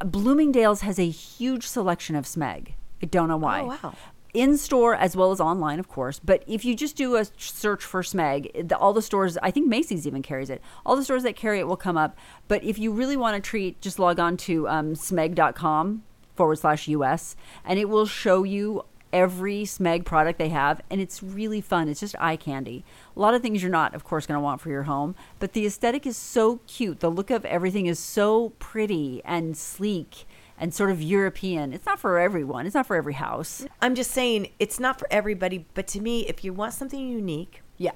Speaker 1: Bloomingdale's has a huge selection of Smeg. I don't know why.
Speaker 2: Oh, wow.
Speaker 1: In store as well as online, of course. But if you just do a search for Smeg, the, all the stores, I think Macy's even carries it. All the stores that carry it will come up. But if you really want to treat, just log on to um, smeg.com forward slash US and it will show you every Smeg product they have, and it's really fun. It's just eye candy. A lot of things you're not, of course, going to want for your home, but the aesthetic is so cute. The look of everything is so pretty and sleek and sort of European. It's not for everyone, it's not for every house.
Speaker 2: I'm just saying it's not for everybody, but to me, if you want something unique,
Speaker 1: Yeah.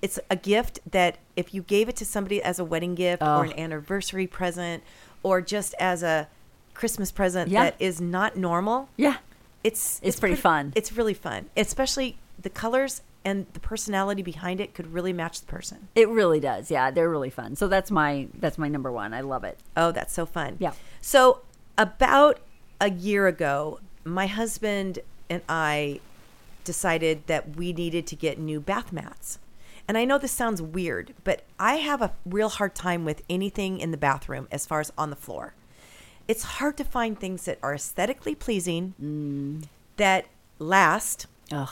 Speaker 2: it's a gift that if you gave it to somebody as a wedding gift
Speaker 1: Oh.
Speaker 2: or an anniversary present or just as a Christmas present
Speaker 1: Yeah.
Speaker 2: that is not normal,
Speaker 1: Yeah.
Speaker 2: it's
Speaker 1: It's pretty fun.
Speaker 2: It's really fun, especially the colors and the personality behind it could really match the person.
Speaker 1: It really does. Yeah, they're really fun. So that's my that's my number one. I love it.
Speaker 2: Oh, that's so fun.
Speaker 1: Yeah.
Speaker 2: So, about a year ago, my husband and I decided that we needed to get new bath mats. And I know this sounds weird, but I have a real hard time with anything in the bathroom as far as on the floor. It's hard to find things that are aesthetically pleasing, that last,
Speaker 1: Ugh.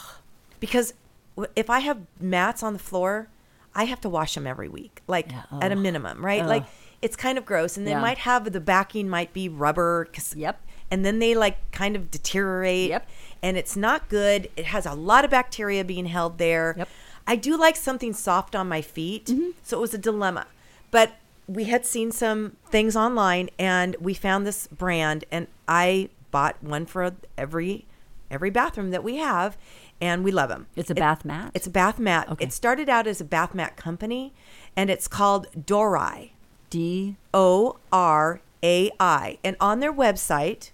Speaker 2: because w- if I have mats on the floor, I have to wash them every week, like
Speaker 1: Yeah,
Speaker 2: at a
Speaker 1: ugh.
Speaker 2: minimum, right? Like
Speaker 1: Ugh.
Speaker 2: it's kind of gross, and they
Speaker 1: Yeah.
Speaker 2: might have the backing might be rubber. 'cause-
Speaker 1: Yep.
Speaker 2: And then they like kind of deteriorate.
Speaker 1: Yep.
Speaker 2: And it's not good. It has a lot of bacteria being held there.
Speaker 1: Yep. Mm-hmm.
Speaker 2: I do like something soft on my feet, so it was a dilemma. But we had seen some things online, and we found this brand, and I bought one for every every bathroom that we have, and we love them.
Speaker 1: It's a bath mat?
Speaker 2: It's a bath mat.
Speaker 1: Okay.
Speaker 2: It started out as a bath mat company, and it's called Dorai.
Speaker 1: D.
Speaker 2: O R A I. And on their website,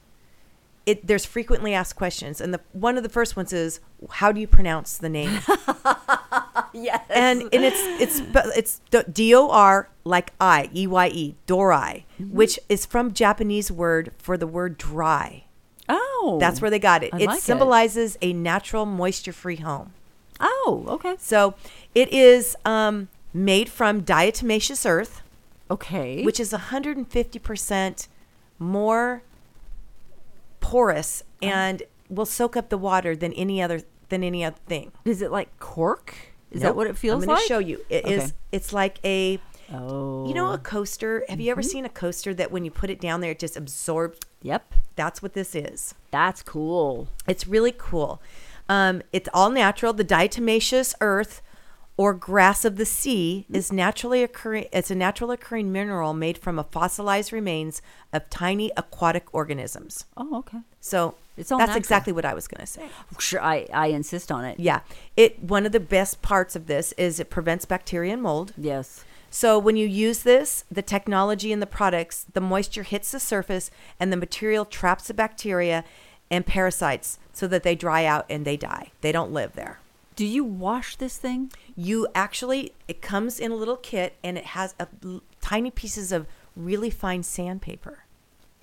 Speaker 2: it there's frequently asked questions, and the one of the first ones is, "How do you pronounce the name?"
Speaker 1: Yes.
Speaker 2: and and it's it's but it's D O R like I E Y E Dorai,
Speaker 1: Mm-hmm.
Speaker 2: which is from Japanese word for the word dry.
Speaker 1: oh.
Speaker 2: That's where they got it.
Speaker 1: I
Speaker 2: it
Speaker 1: like it.
Speaker 2: symbolizes a natural, moisture-free home.
Speaker 1: Oh, okay.
Speaker 2: So it is um, made from diatomaceous earth.
Speaker 1: Okay.
Speaker 2: which is 150% more porous
Speaker 1: Uh-huh.
Speaker 2: and will soak up the water than any other than any other thing.
Speaker 1: is it like cork? Is
Speaker 2: Nope.
Speaker 1: that what it feels like?
Speaker 2: I'm going to show you. It is.
Speaker 1: Okay.
Speaker 2: it's like a
Speaker 1: Oh. Mm-hmm.
Speaker 2: you know a coaster. Have you ever seen a coaster that when you put it down there it just absorbs?
Speaker 1: Yep.
Speaker 2: That's what this is.
Speaker 1: That's cool.
Speaker 2: It's really cool. Um, it's all natural. The diatomaceous earth or grass of the sea is naturally occurring. It's a natural occurring mineral made from a fossilized remains of tiny aquatic organisms.
Speaker 1: Oh, okay.
Speaker 2: So
Speaker 1: It's all
Speaker 2: that's
Speaker 1: natural.
Speaker 2: exactly what I was going to say.
Speaker 1: Sure, I, I insist on it.
Speaker 2: Yeah, it. One of the best parts of this is it prevents bacteria and mold.
Speaker 1: Yes.
Speaker 2: So when you use this, the technology in the products, the moisture hits the surface and the material traps the bacteria and parasites so that they dry out and they die. They don't live there.
Speaker 1: Do you wash this thing?
Speaker 2: You actually it comes in a little kit and it has a, l- tiny pieces of really fine sandpaper.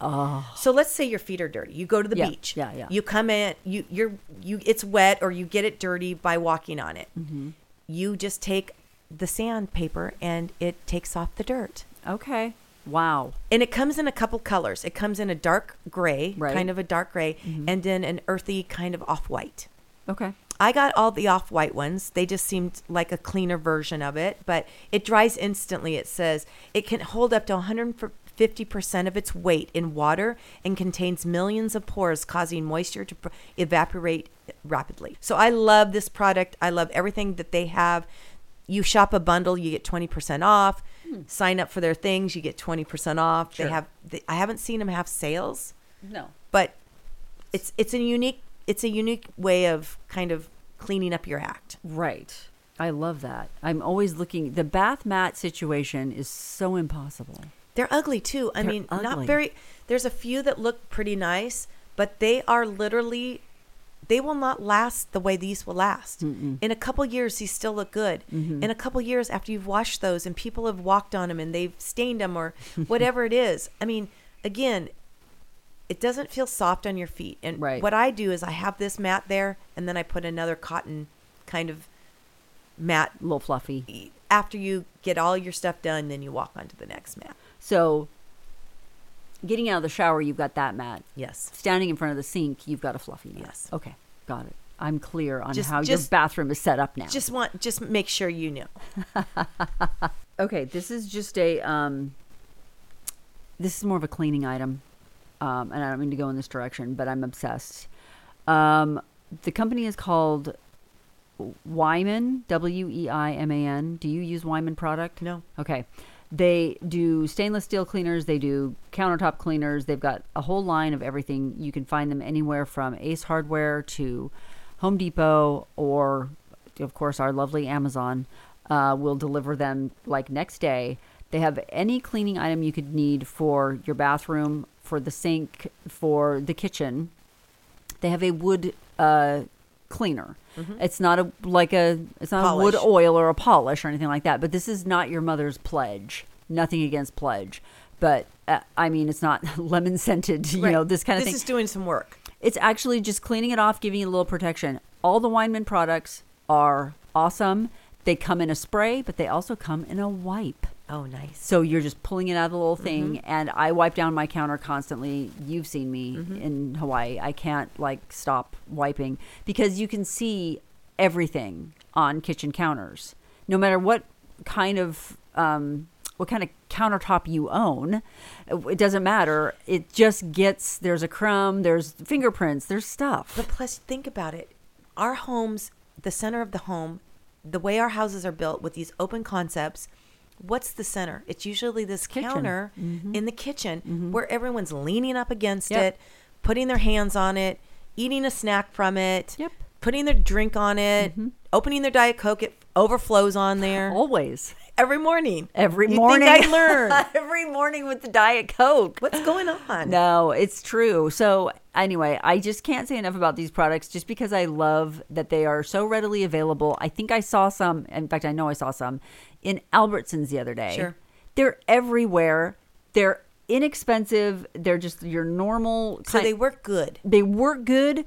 Speaker 1: Oh.
Speaker 2: So let's say your feet are dirty. You go to the
Speaker 1: Yeah,
Speaker 2: beach.
Speaker 1: yeah, yeah.
Speaker 2: You come in. You you're you. It's wet, or you get it dirty by walking on it.
Speaker 1: Mm-hmm.
Speaker 2: You just take the sandpaper, and it takes off the dirt.
Speaker 1: Okay. Wow.
Speaker 2: And it comes in a couple colors. It comes in a dark gray,
Speaker 1: Right.
Speaker 2: kind of a dark gray, and then an earthy kind of off white.
Speaker 1: Okay.
Speaker 2: I got all the off white ones. They just seemed like a cleaner version of it, but it dries instantly. It says it can hold up to 150% of its weight in water and contains millions of pores, causing moisture to pr- evaporate rapidly. So I love this product. I love everything that they have. You shop a bundle, you get 20% off. Sign up for their things, you get 20% off.
Speaker 1: Sure.
Speaker 2: They have, they, I haven't seen them have sales
Speaker 1: No.
Speaker 2: but it's it's a unique it's a unique way of kind of cleaning up your act.
Speaker 1: Right. I love that. I'm always looking. The bath mat situation is so impossible.
Speaker 2: They're ugly too. I
Speaker 1: They're
Speaker 2: mean,
Speaker 1: ugly.
Speaker 2: not very. There's a few that look pretty nice, but they are literally they will not last the way these will last. In a couple years, these still look good.
Speaker 1: Mm-hmm.
Speaker 2: In a couple years, after you've washed those and people have walked on them and they've stained them or whatever it is. I mean, again, it doesn't feel soft on your feet. And
Speaker 1: Right.
Speaker 2: what I do is I have this mat there, and then I put another cotton kind of mat
Speaker 1: A little fluffy.
Speaker 2: after you get all your stuff done, then you walk onto the next mat.
Speaker 1: So, getting out of the shower, you've got that mat.
Speaker 2: Yes.
Speaker 1: Standing in front of the sink, you've got a fluffy mat.
Speaker 2: Yes.
Speaker 1: Okay. Got it. I'm clear on
Speaker 2: Just-
Speaker 1: how your
Speaker 2: just-
Speaker 1: bathroom is set up now.
Speaker 2: Just want just make sure you know.
Speaker 1: okay this is just a um this is more of a cleaning item um and i don't mean to go in this direction but i'm obsessed um the company is called wyman E w-e-i-m-a-n do you use wyman product
Speaker 2: No.
Speaker 1: okay they do stainless steel cleaners they do countertop cleaners they've got a whole line of everything you can find them anywhere from ace hardware to home depot or of course our lovely amazon uh, will deliver them like next day they have any cleaning item you could need for your bathroom for the sink for the kitchen they have a wood uh, cleaner. It's not a like a it's not a wood
Speaker 2: Mm-hmm. Polish.
Speaker 1: oil or a polish or anything like that. But this is not your mother's pledge. Nothing against pledge, but uh, I mean it's not lemon scented. You know this kind of
Speaker 2: this
Speaker 1: thing.
Speaker 2: is doing some work.
Speaker 1: It's actually just cleaning it off, giving it a little protection. All the Weinman products are awesome. They come in a spray, but they also come in a wipe.
Speaker 2: Oh, nice.
Speaker 1: So you're just pulling it out of the little thing,
Speaker 2: Mm-hmm.
Speaker 1: and I wipe down my counter constantly. You've seen me
Speaker 2: Mm-hmm.
Speaker 1: in Hawaii. I can't like stop wiping because you can see everything on kitchen counters, no matter what kind of um, what kind of countertop you own. It doesn't matter. It just gets there's a crumb, there's fingerprints, there's stuff.
Speaker 2: But plus, think about it. Our homes, the center of the home, the way our houses are built with these open concepts, what's the center? It's usually this
Speaker 1: Kitchen. Mm-hmm.
Speaker 2: counter in the kitchen where everyone's leaning up against
Speaker 1: Yep.
Speaker 2: it, putting their hands on it, eating a snack from it,
Speaker 1: Yep. Mm-hmm.
Speaker 2: putting their drink on it, opening their Diet Coke, it overflows on there
Speaker 1: Always.
Speaker 2: every morning.
Speaker 1: Oh. Every
Speaker 2: You'd
Speaker 1: morning
Speaker 2: Think I'd learn.
Speaker 1: every morning with the Diet Coke.
Speaker 2: what's going on?
Speaker 1: No, it's true. So, anyway, I just can't say enough about these products just because I love that they are so readily available. I think I saw some, in fact, I know I saw some in Albertsons the other day.
Speaker 2: Sure.
Speaker 1: They're everywhere. They're inexpensive. They're just your normal
Speaker 2: So
Speaker 1: kind-
Speaker 2: they work good.
Speaker 1: they work good.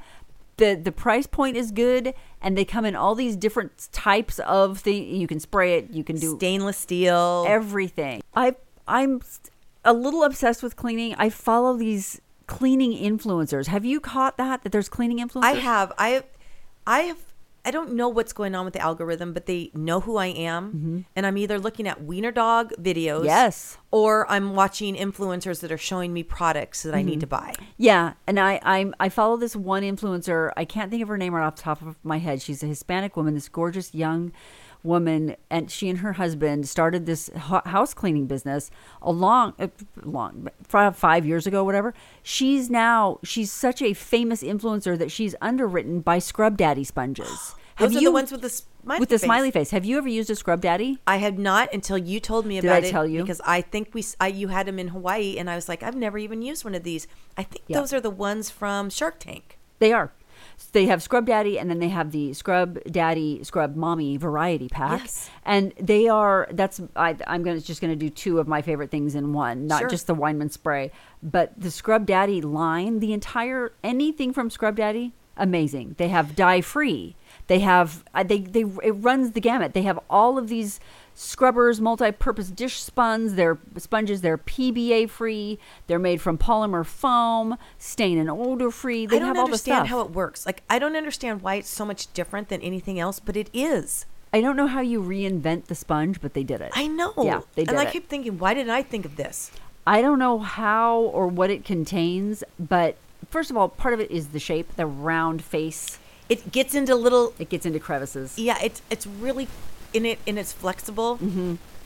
Speaker 1: The, the price point is good and they come in all these different types of things. You can spray it, you can do
Speaker 2: Stainless steel.
Speaker 1: everything. I I'm a little obsessed with cleaning. I follow these cleaning influencers. Have you caught that that there's cleaning influencers?
Speaker 2: I have. I have. I have. I don't know what's going on with the algorithm, but they know who I am, and I'm either looking at wiener dog videos,
Speaker 1: Mm-hmm. Yes.
Speaker 2: or I'm watching influencers that are showing me products that I
Speaker 1: Mm-hmm.
Speaker 2: need to buy.
Speaker 1: Yeah, and I I'm, I follow this one influencer. I can't think of her name right off the top of my head. She's a Hispanic woman, this gorgeous young woman, and she and her husband started this ho- house cleaning business a long, uh, long fi- five years ago, whatever. She's now she's such a famous influencer that she's underwritten by Scrub Daddy sponges.
Speaker 2: Those are the ones with the smiley
Speaker 1: with the
Speaker 2: face.
Speaker 1: smiley face. Have you ever used a scrub daddy?
Speaker 2: I had not until you told me
Speaker 1: Did
Speaker 2: about
Speaker 1: I
Speaker 2: it.
Speaker 1: tell you?
Speaker 2: Because I think we s- I, you had them in Hawaii, and I was like, I've never even used one of these. I think
Speaker 1: Yeah.
Speaker 2: those are the ones from Shark Tank.
Speaker 1: They are. So they have scrub daddy, and then they have the scrub daddy, scrub mommy variety pack.
Speaker 2: Yes.
Speaker 1: And they are. That's I, I'm gonna just gonna do two of my favorite things in one, not
Speaker 2: Sure.
Speaker 1: just the Weinman spray, but the scrub daddy line. The entire anything from scrub daddy, amazing. They have dye free. They have uh, they they it runs the gamut. They have all of these scrubbers, multi-purpose dish sponges. They're sponges. They're PBA free. They're made from polymer foam, stain and odor free. They
Speaker 2: I don't
Speaker 1: have all the stuff.
Speaker 2: understand how it works. Like I don't understand why it's so much different than anything else, but it is.
Speaker 1: I don't know how you reinvent the sponge, but they did it.
Speaker 2: I know.
Speaker 1: Yeah, they did
Speaker 2: And I
Speaker 1: it.
Speaker 2: keep thinking, why didn't I think of this?
Speaker 1: I don't know how or what it contains, but first of all, part of it is the shape, the round face.
Speaker 2: It gets into little.
Speaker 1: It gets into crevices.
Speaker 2: Yeah, it's it's really in it and it's flexible.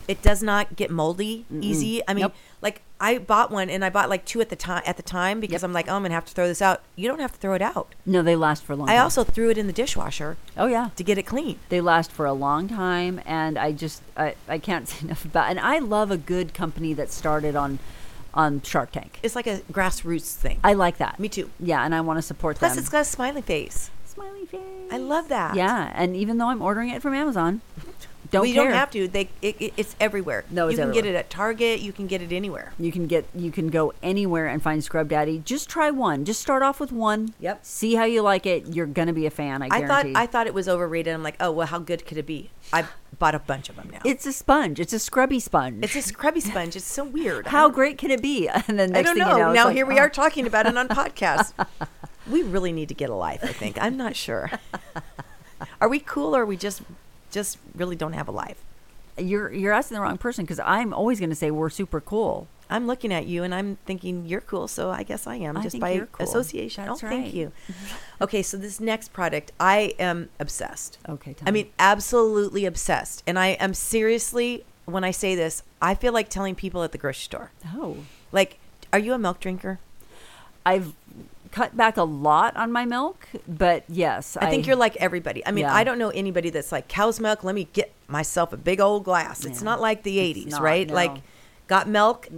Speaker 2: It does not get moldy easy. I mean,
Speaker 1: Nope.
Speaker 2: like I bought one and I bought like two at the time at the time
Speaker 1: Yep.
Speaker 2: because I'm like, oh, I'm gonna have to throw this out. You don't have to throw it out.
Speaker 1: No, they last for a long
Speaker 2: I
Speaker 1: time.
Speaker 2: also threw it in the dishwasher
Speaker 1: oh, yeah.
Speaker 2: to get it clean.
Speaker 1: They last for a long time, and I just, I, I can't say enough about And I love a good company that started on, on Shark Tank.
Speaker 2: It's like a grassroots thing.
Speaker 1: I like that.
Speaker 2: Me too.
Speaker 1: Yeah, and I want to support
Speaker 2: Plus,
Speaker 1: them.
Speaker 2: it's got a smiley face.
Speaker 1: Smiley face.
Speaker 2: I love that.
Speaker 1: Yeah, and even though I'm ordering it from Amazon, don't
Speaker 2: Well, you
Speaker 1: care.
Speaker 2: don't have to. They it, it, it's everywhere.
Speaker 1: No, it's
Speaker 2: you can get it
Speaker 1: everywhere.
Speaker 2: at Target. You can get it anywhere.
Speaker 1: You can get you can go anywhere and find Scrub Daddy. Just try one. Just start off with one.
Speaker 2: Yep.
Speaker 1: See how you like it. You're gonna be a fan. I,
Speaker 2: I thought
Speaker 1: guarantee.
Speaker 2: I thought it was overrated. I'm like, oh well, how good could it be? I bought a bunch of them now.
Speaker 1: it's a sponge. It's a scrubby sponge.
Speaker 2: it's a crabby sponge. It's so weird. I
Speaker 1: how
Speaker 2: don't-
Speaker 1: great can it be? And then
Speaker 2: I
Speaker 1: next
Speaker 2: don't
Speaker 1: thing
Speaker 2: know.
Speaker 1: you know, it's
Speaker 2: now
Speaker 1: like,
Speaker 2: here we
Speaker 1: oh.
Speaker 2: are talking about it on podcast. we really need to get a life. I think I'm not sure. are we cool or we just just really don't have a life?
Speaker 1: You're you're asking the wrong person because I'm always gonna say we're super cool.
Speaker 2: I'm looking at you and I'm thinking you're cool, so I guess I am
Speaker 1: I
Speaker 2: just
Speaker 1: think
Speaker 2: by
Speaker 1: you're cool.
Speaker 2: association.
Speaker 1: That's
Speaker 2: oh,
Speaker 1: right.
Speaker 2: thank you. okay, so this next product, I am obsessed.
Speaker 1: Okay, tell
Speaker 2: I
Speaker 1: me.
Speaker 2: mean, absolutely obsessed. And I am seriously, when I say this, I feel like telling people at the grocery store,
Speaker 1: Oh,
Speaker 2: like, are you a milk drinker?
Speaker 1: I've cut back a lot on my milk, but yes,
Speaker 2: I, think you're like everybody. I mean,
Speaker 1: Yeah.
Speaker 2: I don't know anybody that's like cow's milk. Let me get myself a big old glass. It's
Speaker 1: Yeah.
Speaker 2: not like the
Speaker 1: It's
Speaker 2: '80s,
Speaker 1: not,
Speaker 2: right?
Speaker 1: no. Mm-hmm.
Speaker 2: Like, got milk.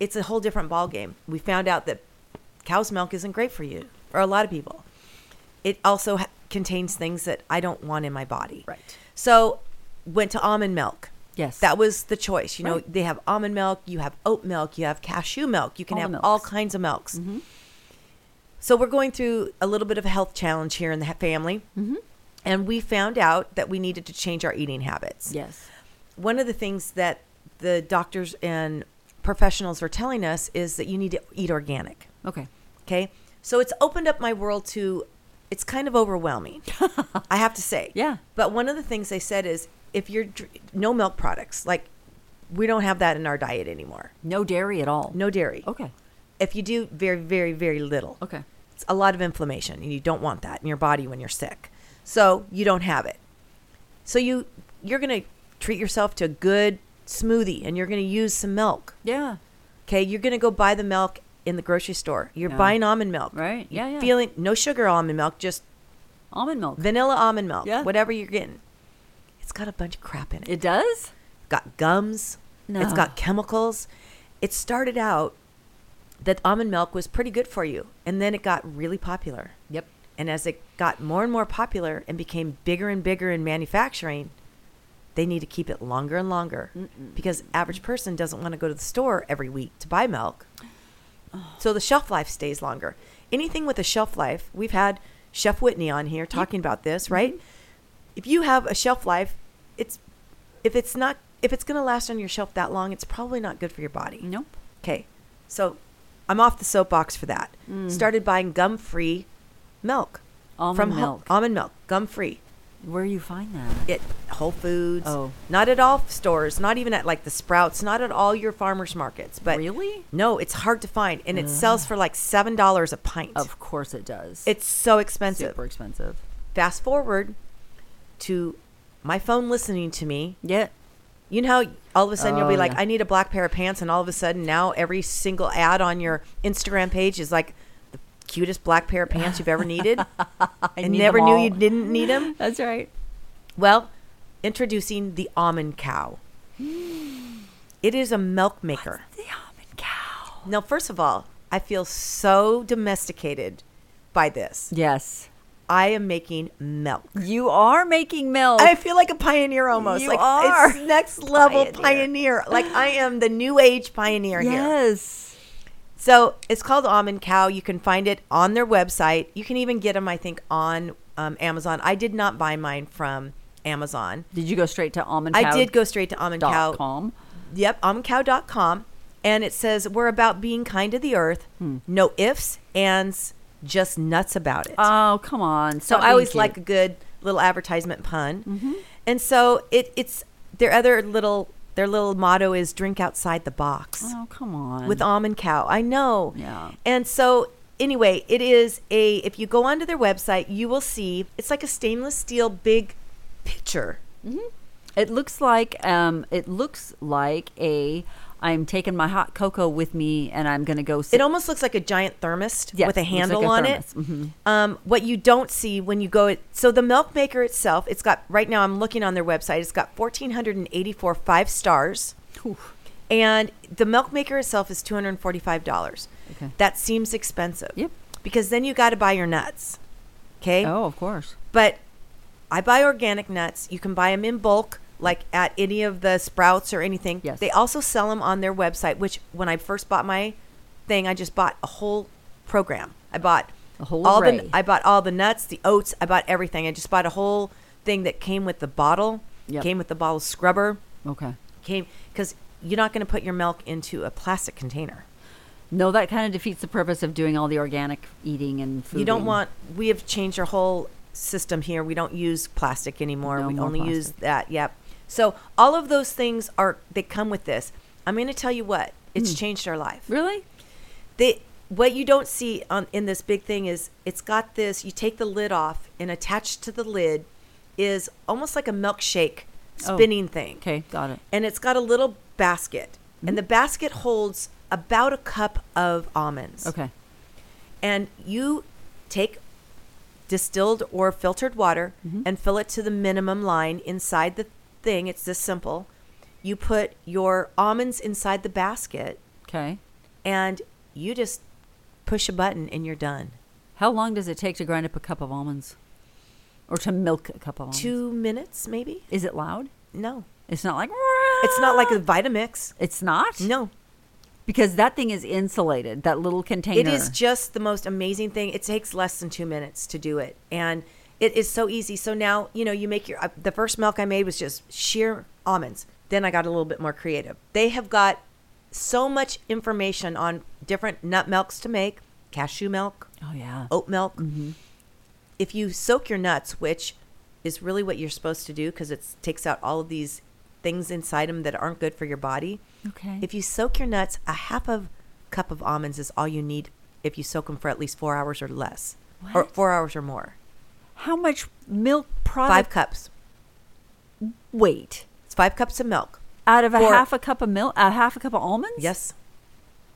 Speaker 2: It's a whole different ball game. We found out that cow's milk isn't great for you, or a lot of people. It also ha- contains things that I don't want in my body.
Speaker 1: Right.
Speaker 2: So, went to almond milk.
Speaker 1: Yes.
Speaker 2: That was the choice. You know,
Speaker 1: Right.
Speaker 2: they have almond milk, you have oat milk, you have cashew milk, you can
Speaker 1: All
Speaker 2: have
Speaker 1: the
Speaker 2: all
Speaker 1: milks. Mm-hmm.
Speaker 2: kinds of milks. So we're going through a little bit of a health challenge here in the ha- family.
Speaker 1: Mm-hmm.
Speaker 2: And we found out that we needed to change our eating habits.
Speaker 1: yes.
Speaker 2: One of the things that the doctors and professionals are telling us is that you need to eat organic.
Speaker 1: Okay.
Speaker 2: Okay. So it's opened up my world to, it's kind of overwhelming, I have to say.
Speaker 1: Yeah.
Speaker 2: But one of the things they said is if you're dr- no milk products, like we don't have that in our diet anymore.
Speaker 1: No dairy at all.
Speaker 2: No dairy.
Speaker 1: Okay.
Speaker 2: If you do, very, very, very little.
Speaker 1: Okay.
Speaker 2: It's a lot of inflammation, and you don't want that in your body when you're sick. So you don't have it. So you you're gonna treat yourself to a good smoothie, and you're gonna use some milk.
Speaker 1: Yeah.
Speaker 2: Okay, you're gonna go buy the milk in the grocery store. You're
Speaker 1: Yeah.
Speaker 2: buying almond milk,
Speaker 1: Right.
Speaker 2: You're
Speaker 1: Yeah, yeah.
Speaker 2: Feeling no sugar almond milk, just
Speaker 1: Almond milk.
Speaker 2: vanilla almond milk.
Speaker 1: Yeah.
Speaker 2: Whatever you're getting, it's got a bunch of crap in it.
Speaker 1: It does?
Speaker 2: It's got gums. It's
Speaker 1: No.
Speaker 2: got chemicals. It started out that almond milk was pretty good for you, and then it got really popular.
Speaker 1: Yep.
Speaker 2: And as it got more and more popular and became bigger and bigger in manufacturing, they need to keep it longer and longer because average person doesn't want to go to the store every week to buy milk. So the shelf life stays longer. Anything with a shelf life, we've had Chef Whitney on here talking about this, right? If you have a shelf life, it's if it's not if it's going to last on your shelf that long, it's probably not good for your body.
Speaker 1: Nope.
Speaker 2: Okay. So I'm off the soapbox for that.
Speaker 1: Mm.
Speaker 2: Started buying gum free milk.
Speaker 1: Almond
Speaker 2: from Ho-
Speaker 1: milk.
Speaker 2: almond milk, gum free.
Speaker 1: Where you find that?
Speaker 2: At Whole Foods.
Speaker 1: Oh.
Speaker 2: Not at all stores, not even at like the Sprouts, not at all your farmers markets. But
Speaker 1: really? Ah.
Speaker 2: no, it's hard to find. And it sells for like seven dollars a pint.
Speaker 1: Of course it does.
Speaker 2: it's so expensive.
Speaker 1: super expensive.
Speaker 2: Fast forward to my phone listening to me
Speaker 1: Yeah.
Speaker 2: you know how all of a sudden you'll be
Speaker 1: Oh,
Speaker 2: like,
Speaker 1: yeah.
Speaker 2: I need a black pair of pants, and all of a sudden now every single ad on your Instagram page is like the cutest black pair of pants you've ever needed,
Speaker 1: I
Speaker 2: and
Speaker 1: need
Speaker 2: never
Speaker 1: them
Speaker 2: knew
Speaker 1: all.
Speaker 2: you didn't need them.
Speaker 1: That's right.
Speaker 2: Well, introducing the almond cow. It is a milk maker.
Speaker 1: The almond cow.
Speaker 2: Now, first of all, I feel so domesticated by this.
Speaker 1: Yes.
Speaker 2: I am making milk.
Speaker 1: You are making milk.
Speaker 2: I feel like a pioneer almost.
Speaker 1: You
Speaker 2: like
Speaker 1: are.
Speaker 2: it's next level
Speaker 1: Pioneer.
Speaker 2: pioneer. Like I am the new age pioneer here.
Speaker 1: yes.
Speaker 2: So it's called Almond Cow. You can find it on their website. You can even get them, I think, on um, Amazon. I did not buy mine from Amazon.
Speaker 1: Did you go straight to almond
Speaker 2: I did go straight to Almond Cow.
Speaker 1: com.
Speaker 2: Yep, almondcow.com. And it says, We're about being kind to the earth.
Speaker 1: Hmm.
Speaker 2: No ifs, ands, just nuts about it.
Speaker 1: Oh, come on.
Speaker 2: So
Speaker 1: Stop
Speaker 2: I
Speaker 1: being
Speaker 2: always
Speaker 1: cute.
Speaker 2: like a good little advertisement pun.
Speaker 1: Mm-hmm.
Speaker 2: And so it, it's their other little. Their little motto is "Drink outside the box."
Speaker 1: Oh, come on.
Speaker 2: with almond cow. I know.
Speaker 1: Yeah.
Speaker 2: And so anyway, it is a if you go onto their website, you will see it's like a stainless steel big pitcher.
Speaker 1: It looks like um, it looks like a. I'm taking my hot cocoa with me, and I'm gonna go. Sit.
Speaker 2: It almost looks like a giant thermos
Speaker 1: Yes,
Speaker 2: with a
Speaker 1: looks
Speaker 2: handle
Speaker 1: like a
Speaker 2: on it.
Speaker 1: thermos. Mhm.
Speaker 2: Um, what you don't see when you go, so the milk maker itself, it's got right now. I'm looking on their website. It's got 1,484 five stars.
Speaker 1: Oof.
Speaker 2: and the milk maker itself is two hundred and forty five dollars.
Speaker 1: Okay.
Speaker 2: That seems expensive.
Speaker 1: Yep.
Speaker 2: Because then you got to buy your nuts. Okay.
Speaker 1: Oh, of course.
Speaker 2: But I buy organic nuts. You can buy them in bulk, like at any of the Sprouts or anything.
Speaker 1: Yes.
Speaker 2: They also sell them on their website. Which when I first bought my thing, I just bought a whole program. I bought
Speaker 1: A whole
Speaker 2: all
Speaker 1: array.
Speaker 2: the I bought all the nuts, the oats. I bought everything. I just bought a whole thing that came with the bottle.
Speaker 1: Yep.
Speaker 2: Came with the bottle scrubber
Speaker 1: Okay.
Speaker 2: came because you're not going to put your milk into a plastic container.
Speaker 1: No, that kind of defeats the purpose of doing all the organic eating and food.
Speaker 2: You don't want. We have changed our whole system here. We don't use plastic anymore.
Speaker 1: No
Speaker 2: we
Speaker 1: more
Speaker 2: only use
Speaker 1: plastic.
Speaker 2: that. Yep. So all of those things are they come with this. I'm going to tell you what
Speaker 1: Hmm.
Speaker 2: it's changed our life.
Speaker 1: really.
Speaker 2: They what you don't see on in this big thing is it's got this. You take the lid off and attached to the lid is almost like a milkshake
Speaker 1: Oh.
Speaker 2: spinning thing.
Speaker 1: Okay, Hmm? got it.
Speaker 2: and it's got a little basket and the basket holds about a cup of almonds
Speaker 1: Okay.
Speaker 2: and you take distilled or filtered water and fill it to the minimum line inside the thing it's this simple you put your almonds inside the basket
Speaker 1: Okay.
Speaker 2: and you just push a button and you're done
Speaker 1: How long does it take to grind up a cup of almonds, or to milk a cup of almonds?
Speaker 2: two minutes maybe
Speaker 1: Is it loud?
Speaker 2: no
Speaker 1: It's not like.
Speaker 2: it's not
Speaker 1: Ah!
Speaker 2: like a vitamix
Speaker 1: It's not.
Speaker 2: no
Speaker 1: because that thing is insulated. That little container.
Speaker 2: It is just the most amazing thing. It takes less than two minutes to do it, and it is so easy. So now you know you make your uh, the first milk I made was just sheer almonds. Then I got a little bit more creative. They have got so much information on different nut milks to make: cashew milk,
Speaker 1: Oh yeah.
Speaker 2: oat milk. If you soak your nuts, which is really what you're supposed to do because it takes out all of these things inside them that aren't good for your body.
Speaker 1: Okay.
Speaker 2: If you soak your nuts, a half of cup of almonds is all you need if you soak them for at least four hours or less, or
Speaker 1: What?
Speaker 2: four hours or more.
Speaker 1: How much milk
Speaker 2: Five
Speaker 1: product
Speaker 2: cups.
Speaker 1: weight
Speaker 2: It's five cups of milk.
Speaker 1: out of a
Speaker 2: For-
Speaker 1: half a cup of milk? A half a cup of almonds?
Speaker 2: Yes.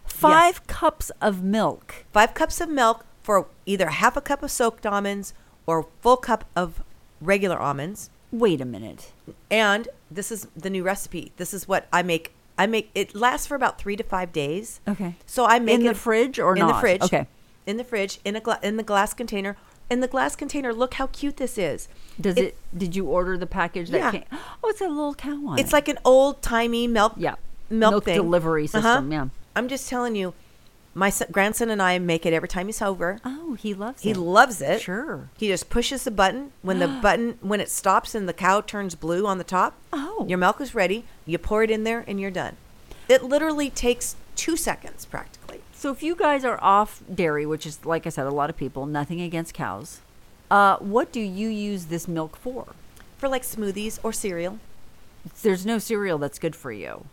Speaker 1: Five cups of milk.
Speaker 2: Five cups of milk for either half a cup of soaked almonds or full cup of regular almonds.
Speaker 1: Wait a minute.
Speaker 2: And this is the new recipe. This is what I make. I make it lasts for about three to five days.
Speaker 1: Okay.
Speaker 2: So I make
Speaker 1: In the
Speaker 2: it-
Speaker 1: fridge or
Speaker 2: in the
Speaker 1: not?
Speaker 2: fridge.
Speaker 1: Okay.
Speaker 2: In the fridge, in a gla- in the glass container. In the glass container, look how cute this is.
Speaker 1: Does it, Did you order the package that
Speaker 2: Yeah.
Speaker 1: came? Oh, it's a little cow on
Speaker 2: It's
Speaker 1: it.
Speaker 2: like an old timey milk.
Speaker 1: Yeah.
Speaker 2: Milk,
Speaker 1: Milk
Speaker 2: thing. Uh-huh.
Speaker 1: delivery system, yeah.
Speaker 2: I'm just telling you, my son, grandson and I make it every time he's over.
Speaker 1: Oh, he loves
Speaker 2: He
Speaker 1: it.
Speaker 2: loves it.
Speaker 1: Sure.
Speaker 2: He just pushes the button. When the button when it stops and the cow turns blue on the top,
Speaker 1: Oh.
Speaker 2: your milk is ready. You pour it in there and you're done. It literally takes two seconds practically.
Speaker 1: So if you guys are off dairy, which is like I said, a lot of people, nothing against cows. Uh, what do you use this milk for?
Speaker 2: For like smoothies or cereal.
Speaker 1: There's no cereal that's good for you.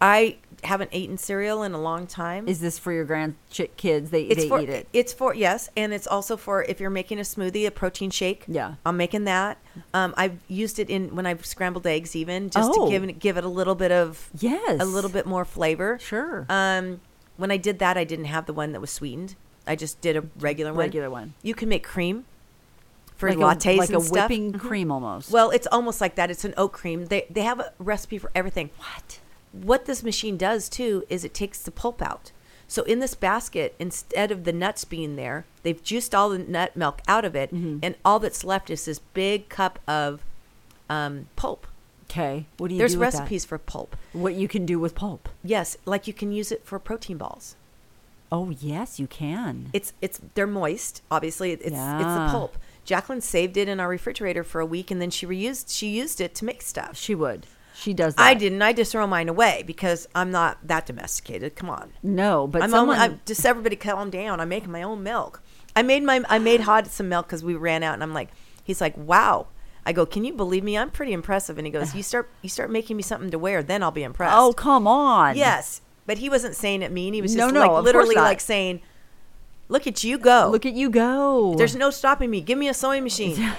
Speaker 2: I haven't eaten cereal in a long time.
Speaker 1: Is this for your grandkids? They
Speaker 2: Mm-hmm. it's
Speaker 1: they
Speaker 2: for
Speaker 1: eat it.
Speaker 2: it's for yes, and it's also for if you're making a smoothie, a protein shake.
Speaker 1: Yeah.
Speaker 2: I'm making that. Um, I've used it in when I've scrambled eggs, even just
Speaker 1: Oh.
Speaker 2: to give it- give it a little bit of
Speaker 1: Yes.
Speaker 2: a little bit more flavor.
Speaker 1: Sure.
Speaker 2: Um, when I did that, I didn't have the one that was sweetened. I just did a regular one.
Speaker 1: Regular one.
Speaker 2: You can make cream for
Speaker 1: like
Speaker 2: lattes
Speaker 1: a, like
Speaker 2: and
Speaker 1: a
Speaker 2: stuff. Mm-hmm.
Speaker 1: whipping cream almost.
Speaker 2: Well, it's almost like that. It's an oat cream. They they have a recipe for everything.
Speaker 1: what?
Speaker 2: What this machine does too is it takes the pulp out. So in this basket, instead of the nuts being there, they've juiced all the nut milk out of it,
Speaker 1: Mm-hmm.
Speaker 2: and all that's left is this big cup of um, pulp.
Speaker 1: Okay. What do you
Speaker 2: There's
Speaker 1: do with that?
Speaker 2: recipes for pulp.
Speaker 1: What you can do with pulp?
Speaker 2: Yes, like you can use it for protein balls.
Speaker 1: Oh yes, you can.
Speaker 2: it's it's they're moist obviously It- it's it's
Speaker 1: Yeah.
Speaker 2: the pulp jacqueline saved it in our refrigerator for a week and then she reused she used it to make stuff
Speaker 1: she would. She does. That.
Speaker 2: i didn't i just throw mine away because i'm not that domesticated come on
Speaker 1: No, but
Speaker 2: i'm
Speaker 1: someone.
Speaker 2: only, I'm, just everybody calm down i'm making my own milk i made my i made hod some milk because we ran out and i'm like he's like wow i go can you believe me i'm pretty impressive and he goes you start you start making me something to wear then i'll be impressed
Speaker 1: oh come on.
Speaker 2: yes but he wasn't saying it mean he was
Speaker 1: No,
Speaker 2: just
Speaker 1: no, of
Speaker 2: like
Speaker 1: course
Speaker 2: literally
Speaker 1: not.
Speaker 2: like saying look at you go
Speaker 1: Look at you go.
Speaker 2: there's no stopping me. Give me a sewing machine.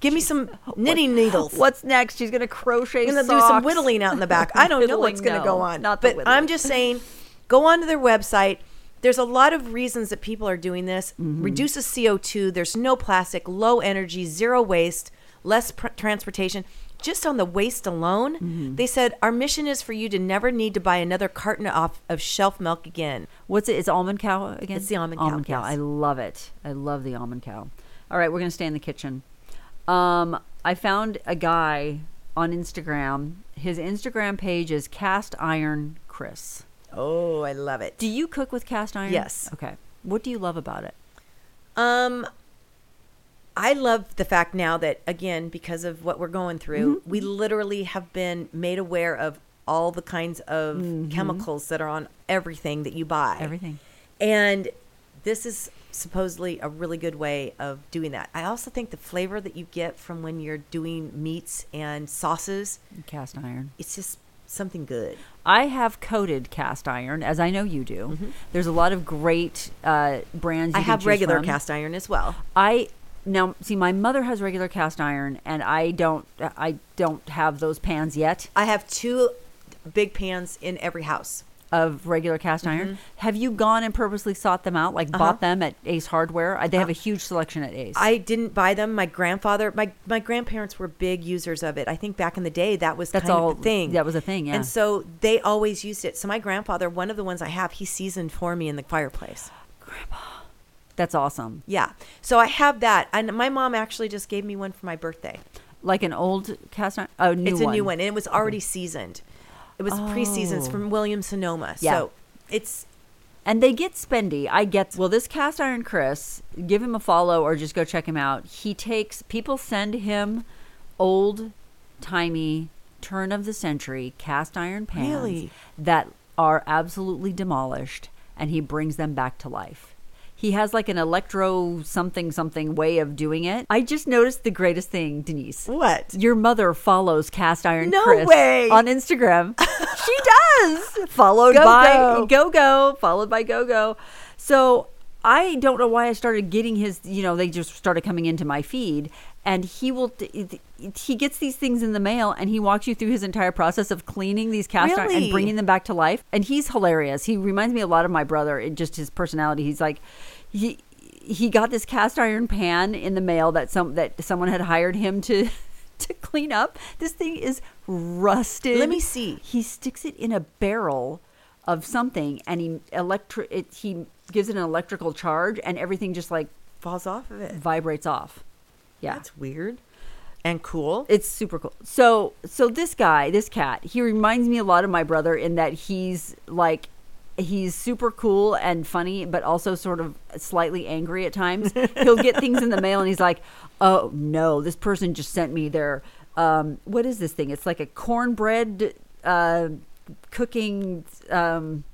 Speaker 2: Give me some knitting needles.
Speaker 1: What's next? She's gonna crochet.
Speaker 2: I'm gonna do some
Speaker 1: socks.
Speaker 2: whittling out in the back. I don't know
Speaker 1: Whittling,
Speaker 2: what's gonna
Speaker 1: no,
Speaker 2: go on.
Speaker 1: Not the
Speaker 2: but
Speaker 1: whittling.
Speaker 2: I'm just saying, go onto their website. There's a lot of reasons that people are doing this.
Speaker 1: Mm-hmm.
Speaker 2: Reduces CO2. There's no plastic. Low energy. Zero waste. Less pr- transportation. Just on the waste alone,
Speaker 1: Mm-hmm.
Speaker 2: they said our mission is for you to never need to buy another carton off of shelf milk again.
Speaker 1: What's it? It's almond cow again.
Speaker 2: It's the almond cow, yes.
Speaker 1: I love it. I love the almond cow. All right, we're gonna stay in the kitchen. Um, I found a guy on Instagram. His Instagram page is Cast Iron Chris.
Speaker 2: Oh, I love it.
Speaker 1: Do you cook with cast iron?
Speaker 2: Yes.
Speaker 1: Okay. What do you love about it?
Speaker 2: Um, I love the fact now that again because of what we're going through,
Speaker 1: Mm-hmm.
Speaker 2: we literally have been made aware of all the kinds of
Speaker 1: Mm-hmm.
Speaker 2: chemicals that are on everything that you buy.
Speaker 1: Everything.
Speaker 2: And this is supposedly a really good way of doing that. I also think the flavor that you get from when you're doing meats and sauces,
Speaker 1: Cast iron.
Speaker 2: it's just something good.
Speaker 1: I have coated cast iron, as I know you do. There's a lot of great uh, brands. You
Speaker 2: Mm-hmm. I
Speaker 1: can
Speaker 2: have
Speaker 1: choose
Speaker 2: regular
Speaker 1: from.
Speaker 2: cast iron as well.
Speaker 1: I now see my mother has regular cast iron, and I don't. uh, I don't have those pans yet
Speaker 2: I have two big pans in every house.
Speaker 1: of regular cast
Speaker 2: Mm-hmm.
Speaker 1: iron. Have you gone and purposely sought them out, like bought them at Ace Hardware? I, they have a huge selection at Ace.
Speaker 2: Uh-huh. I didn't buy them. My grandfather, my my grandparents were big users of it. I think back in the day that was
Speaker 1: That's
Speaker 2: kind
Speaker 1: all-
Speaker 2: of the thing.
Speaker 1: that was a thing, yeah.
Speaker 2: And so they always used it. So my grandfather, one of the ones I have, he seasoned for me in the fireplace.
Speaker 1: That's awesome.
Speaker 2: Yeah. So I have that, and my mom actually just gave me one for my birthday.
Speaker 1: Like an old cast iron. Oh, new
Speaker 2: it's
Speaker 1: one.
Speaker 2: a new one, and it was already seasoned. It was pre-seasoned It's
Speaker 1: Oh.
Speaker 2: from William Sonoma.
Speaker 1: Yeah.
Speaker 2: So it's
Speaker 1: And they get spendy. I get well. This cast iron Chris, give him a follow or just go check him out. He takes people send him old timey turn of the century cast iron pans
Speaker 2: Really?
Speaker 1: that are absolutely demolished, and he brings them back to life. He has like an electro something something way of doing it. I just noticed the greatest thing, Denise.
Speaker 2: What?
Speaker 1: Your mother follows Cast Iron
Speaker 2: No
Speaker 1: Chris
Speaker 2: way.
Speaker 1: on Instagram. she does. Followed
Speaker 2: Go,
Speaker 1: by
Speaker 2: go.
Speaker 1: Go Go, followed by Go Go. So I don't know why I started getting his, you know, they just started coming into my feed. And he will, he gets these things in the mail and he walks you through his entire process of cleaning these cast iron and
Speaker 2: Really?
Speaker 1: bringing them back to life. And he's hilarious. He reminds me a lot of my brother in just his personality. He's like, he, he got this cast iron pan in the mail that some that someone had hired him to to clean up. This thing is rusted.
Speaker 2: Let me see.
Speaker 1: He sticks it in a barrel of something, and he electri- it, he gives it an electrical charge, and everything just like
Speaker 2: Falls off of it.
Speaker 1: vibrates off. Yeah,
Speaker 2: That's weird and cool.
Speaker 1: it's super cool. So, so this guy, this cat, he reminds me a lot of my brother in that he's like, he's super cool and funny, but also sort of slightly angry at times. He'll get things in the mail and he's like, "Oh no, this person just sent me their um, what is this thing? It's like a cornbread uh, cooking." Um,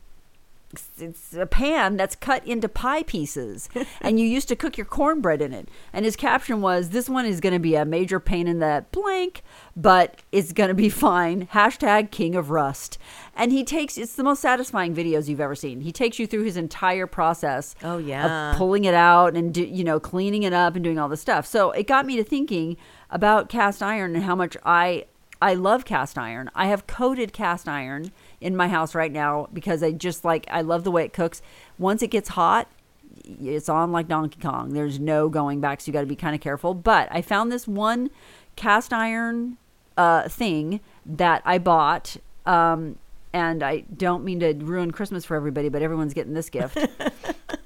Speaker 1: it's- it's a pan that's cut into pie pieces and you used to cook your cornbread in it and his caption was this one is going to be a major pain in the blank but it's going to be fine hashtag king of rust and he takes it's the most satisfying videos you've ever seen he takes you through his entire process
Speaker 2: Oh,
Speaker 1: of
Speaker 2: yeah.
Speaker 1: pulling it out and do, you know cleaning it up and doing all this stuff so it got me to thinking about cast iron and how much i i love cast iron i have coated cast iron in my house right now because i just like i love the way it cooks once it gets hot it's on like donkey kong there's no going back so you got to be kind of careful but i found this one cast iron uh, thing that i bought um, and i don't mean to ruin christmas for everybody but everyone's getting this gift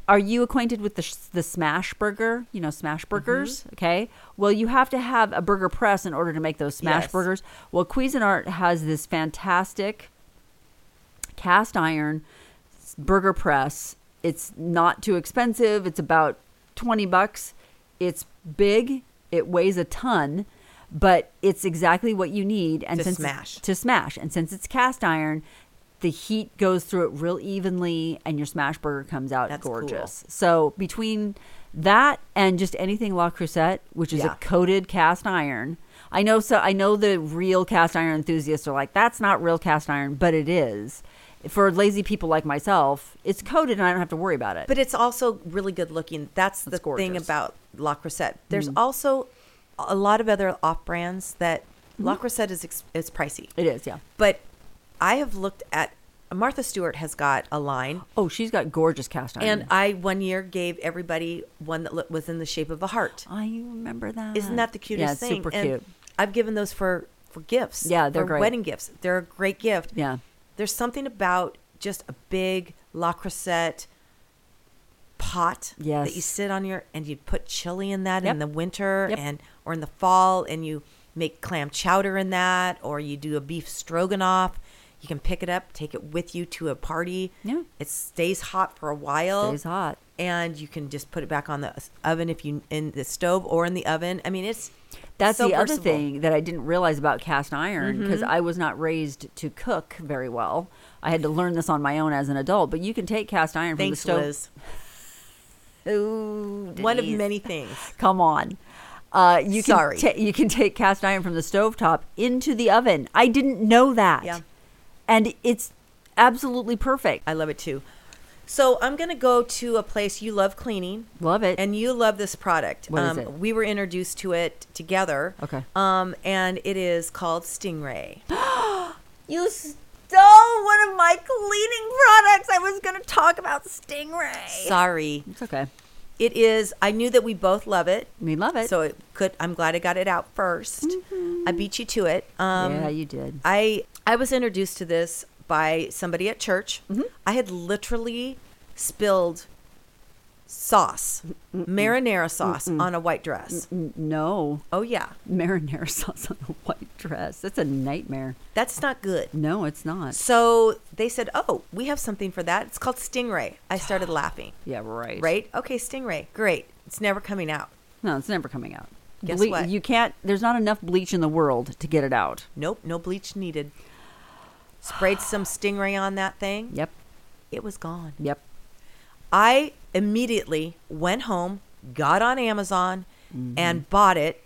Speaker 1: are you acquainted with the sh- the smash burger? You know, smash
Speaker 2: Mm-hmm.
Speaker 1: burgers. Okay. Well, you have to have a burger press in order to make those smash
Speaker 2: Yes.
Speaker 1: burgers. Well, Cuisinart has this fantastic cast iron s- burger press. It's not too expensive. It's about 20 bucks. It's big. It weighs a ton, but it's exactly what you need and
Speaker 2: To
Speaker 1: since it's-
Speaker 2: smash.
Speaker 1: to smash. And since it's cast iron, the heat goes through it real evenly and your smash burger comes out
Speaker 2: That's
Speaker 1: gorgeous. So between that and just anything La Crusette, which is
Speaker 2: Yeah.
Speaker 1: a coated cast iron. I know so I know the real cast iron enthusiasts are like, that's not real cast iron, but it is. For lazy people like myself, it's coated and I don't have to worry about it.
Speaker 2: But it's also really good looking. That's the
Speaker 1: That's
Speaker 2: thing
Speaker 1: gorgeous. Mm-hmm.
Speaker 2: about La Crusette. There's also a lot of other off brands that La
Speaker 1: Mm-hmm.
Speaker 2: Crusette is ex- is pricey.
Speaker 1: it is, yeah.
Speaker 2: But I have looked at Martha Stewart has got a line,
Speaker 1: Oh, she's got gorgeous cast iron.
Speaker 2: and I one year gave everybody one that lo- was in the shape of a heart.
Speaker 1: I remember that.
Speaker 2: Isn't that the cutest
Speaker 1: Ah. yeah, it's
Speaker 2: thing?
Speaker 1: Super
Speaker 2: And
Speaker 1: cute.
Speaker 2: I've given those for for gifts.
Speaker 1: Yeah, they're
Speaker 2: for
Speaker 1: great.
Speaker 2: wedding gifts. They're a great gift.
Speaker 1: Yeah.
Speaker 2: There's something about just a big La Crusette pot that you
Speaker 1: Yes.
Speaker 2: sit on your and you put chili in that
Speaker 1: Yep.
Speaker 2: in the winter
Speaker 1: Yep.
Speaker 2: and or in the fall and you make clam chowder in that or you do a beef stroganoff. You can pick it up, take it with you to a party.
Speaker 1: Yeah.
Speaker 2: It stays hot for a while
Speaker 1: Stays hot.
Speaker 2: and you can just put it back on the s- oven if you in the stove or in the oven. I mean, it's
Speaker 1: That's
Speaker 2: so
Speaker 1: the other
Speaker 2: versatile.
Speaker 1: thing that I didn't realize about cast iron because I was not raised to cook very well. I had to learn this on my own as an adult. But you can take cast iron from
Speaker 2: Thanks,
Speaker 1: the stove.
Speaker 2: Liz.
Speaker 1: Ooh,
Speaker 2: One of
Speaker 1: Denise.
Speaker 2: many things.
Speaker 1: Come on. Uh, you can
Speaker 2: Sorry.
Speaker 1: ta- you can take cast iron from the stovetop into the oven. I didn't know that.
Speaker 2: Yeah.
Speaker 1: And it's absolutely perfect. I
Speaker 2: I love it too. So I'm gonna go to a place you love cleaning,
Speaker 1: love it.
Speaker 2: and you love this product.
Speaker 1: What is
Speaker 2: um,
Speaker 1: it?
Speaker 2: We were introduced to it together.
Speaker 1: Okay.
Speaker 2: Um, and it is called Stingray.
Speaker 1: you stole one of my cleaning products. I was going to talk about Stingray.
Speaker 2: Sorry,
Speaker 1: it's okay.
Speaker 2: it is. I knew that we both love it,
Speaker 1: We love it.
Speaker 2: so it could. I'm glad I got it out 1st I beat you to it. Um,
Speaker 1: Mm-hmm. yeah, you did.
Speaker 2: I I was introduced to this by somebody at church.
Speaker 1: Mm-hmm.
Speaker 2: I had literally spilled sauce, marinara sauce, on a white dress.
Speaker 1: N- no.
Speaker 2: Oh yeah,
Speaker 1: marinara sauce on a white dress. That's a nightmare.
Speaker 2: that's not good.
Speaker 1: No, it's not.
Speaker 2: So they said, "Oh, we have something for that. It's called stingray." I started laughing.
Speaker 1: Yeah, right.
Speaker 2: Right? Okay, stingray. Great. It's never coming out.
Speaker 1: No, it's never coming out.
Speaker 2: Guess
Speaker 1: Ble-
Speaker 2: what?
Speaker 1: You can't. There's not enough bleach in the world to get it out.
Speaker 2: Nope, no bleach needed. Sprayed some stingray on that thing.
Speaker 1: Yep.
Speaker 2: It was gone.
Speaker 1: Yep.
Speaker 2: I immediately went home, got on Amazon,
Speaker 1: Mm-hmm.
Speaker 2: and bought it.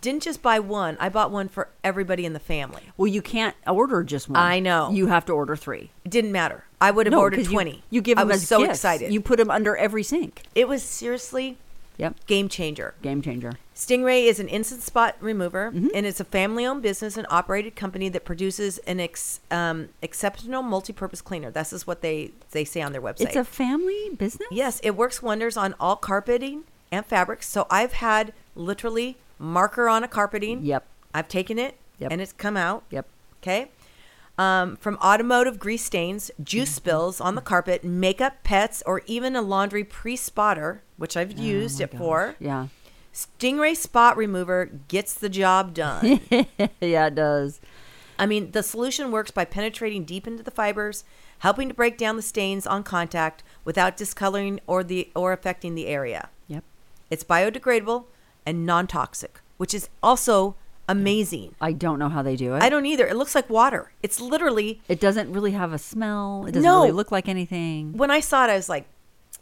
Speaker 2: Didn't just buy one, I bought one for everybody in the family.
Speaker 1: Well, you can't order just one.
Speaker 2: I know.
Speaker 1: You have to order three.
Speaker 2: It didn't matter. I would have
Speaker 1: No,
Speaker 2: ordered
Speaker 1: 'cause you-
Speaker 2: 20.
Speaker 1: You, give
Speaker 2: I
Speaker 1: them
Speaker 2: was
Speaker 1: as
Speaker 2: so
Speaker 1: gifts.
Speaker 2: excited.
Speaker 1: You put them under every sink.
Speaker 2: it was seriously
Speaker 1: Yep.
Speaker 2: game changer.
Speaker 1: Game changer.
Speaker 2: Stingray is an instant spot remover,
Speaker 1: Mm-hmm.
Speaker 2: and it's a family-owned business and operated company that produces an ex, um, exceptional multi-purpose cleaner. This is what they they say on their website.
Speaker 1: It's a family business.
Speaker 2: yes, it works wonders on all carpeting and fabrics. So I've had literally marker on a carpeting.
Speaker 1: Yep.
Speaker 2: I've taken it,
Speaker 1: Yep.
Speaker 2: and it's come out.
Speaker 1: Yep.
Speaker 2: Okay. Um, from automotive grease stains, juice
Speaker 1: Mm-hmm.
Speaker 2: spills on the carpet, makeup, pets, or even a laundry pre-spotter, which I've used
Speaker 1: Oh my
Speaker 2: it for.
Speaker 1: Yeah.
Speaker 2: Stingray Spot Remover gets the job done.
Speaker 1: yeah, it does.
Speaker 2: I mean, the solution works by penetrating deep into the fibers, helping to break down the stains on contact without discoloring or the or affecting the area.
Speaker 1: Yep.
Speaker 2: It's biodegradable and non-toxic, which is also amazing.
Speaker 1: I don't know how they do it.
Speaker 2: I don't either. It looks like water. It's literally
Speaker 1: it doesn't really have a smell. It doesn't
Speaker 2: No.
Speaker 1: really look like anything.
Speaker 2: when I saw it, I was like,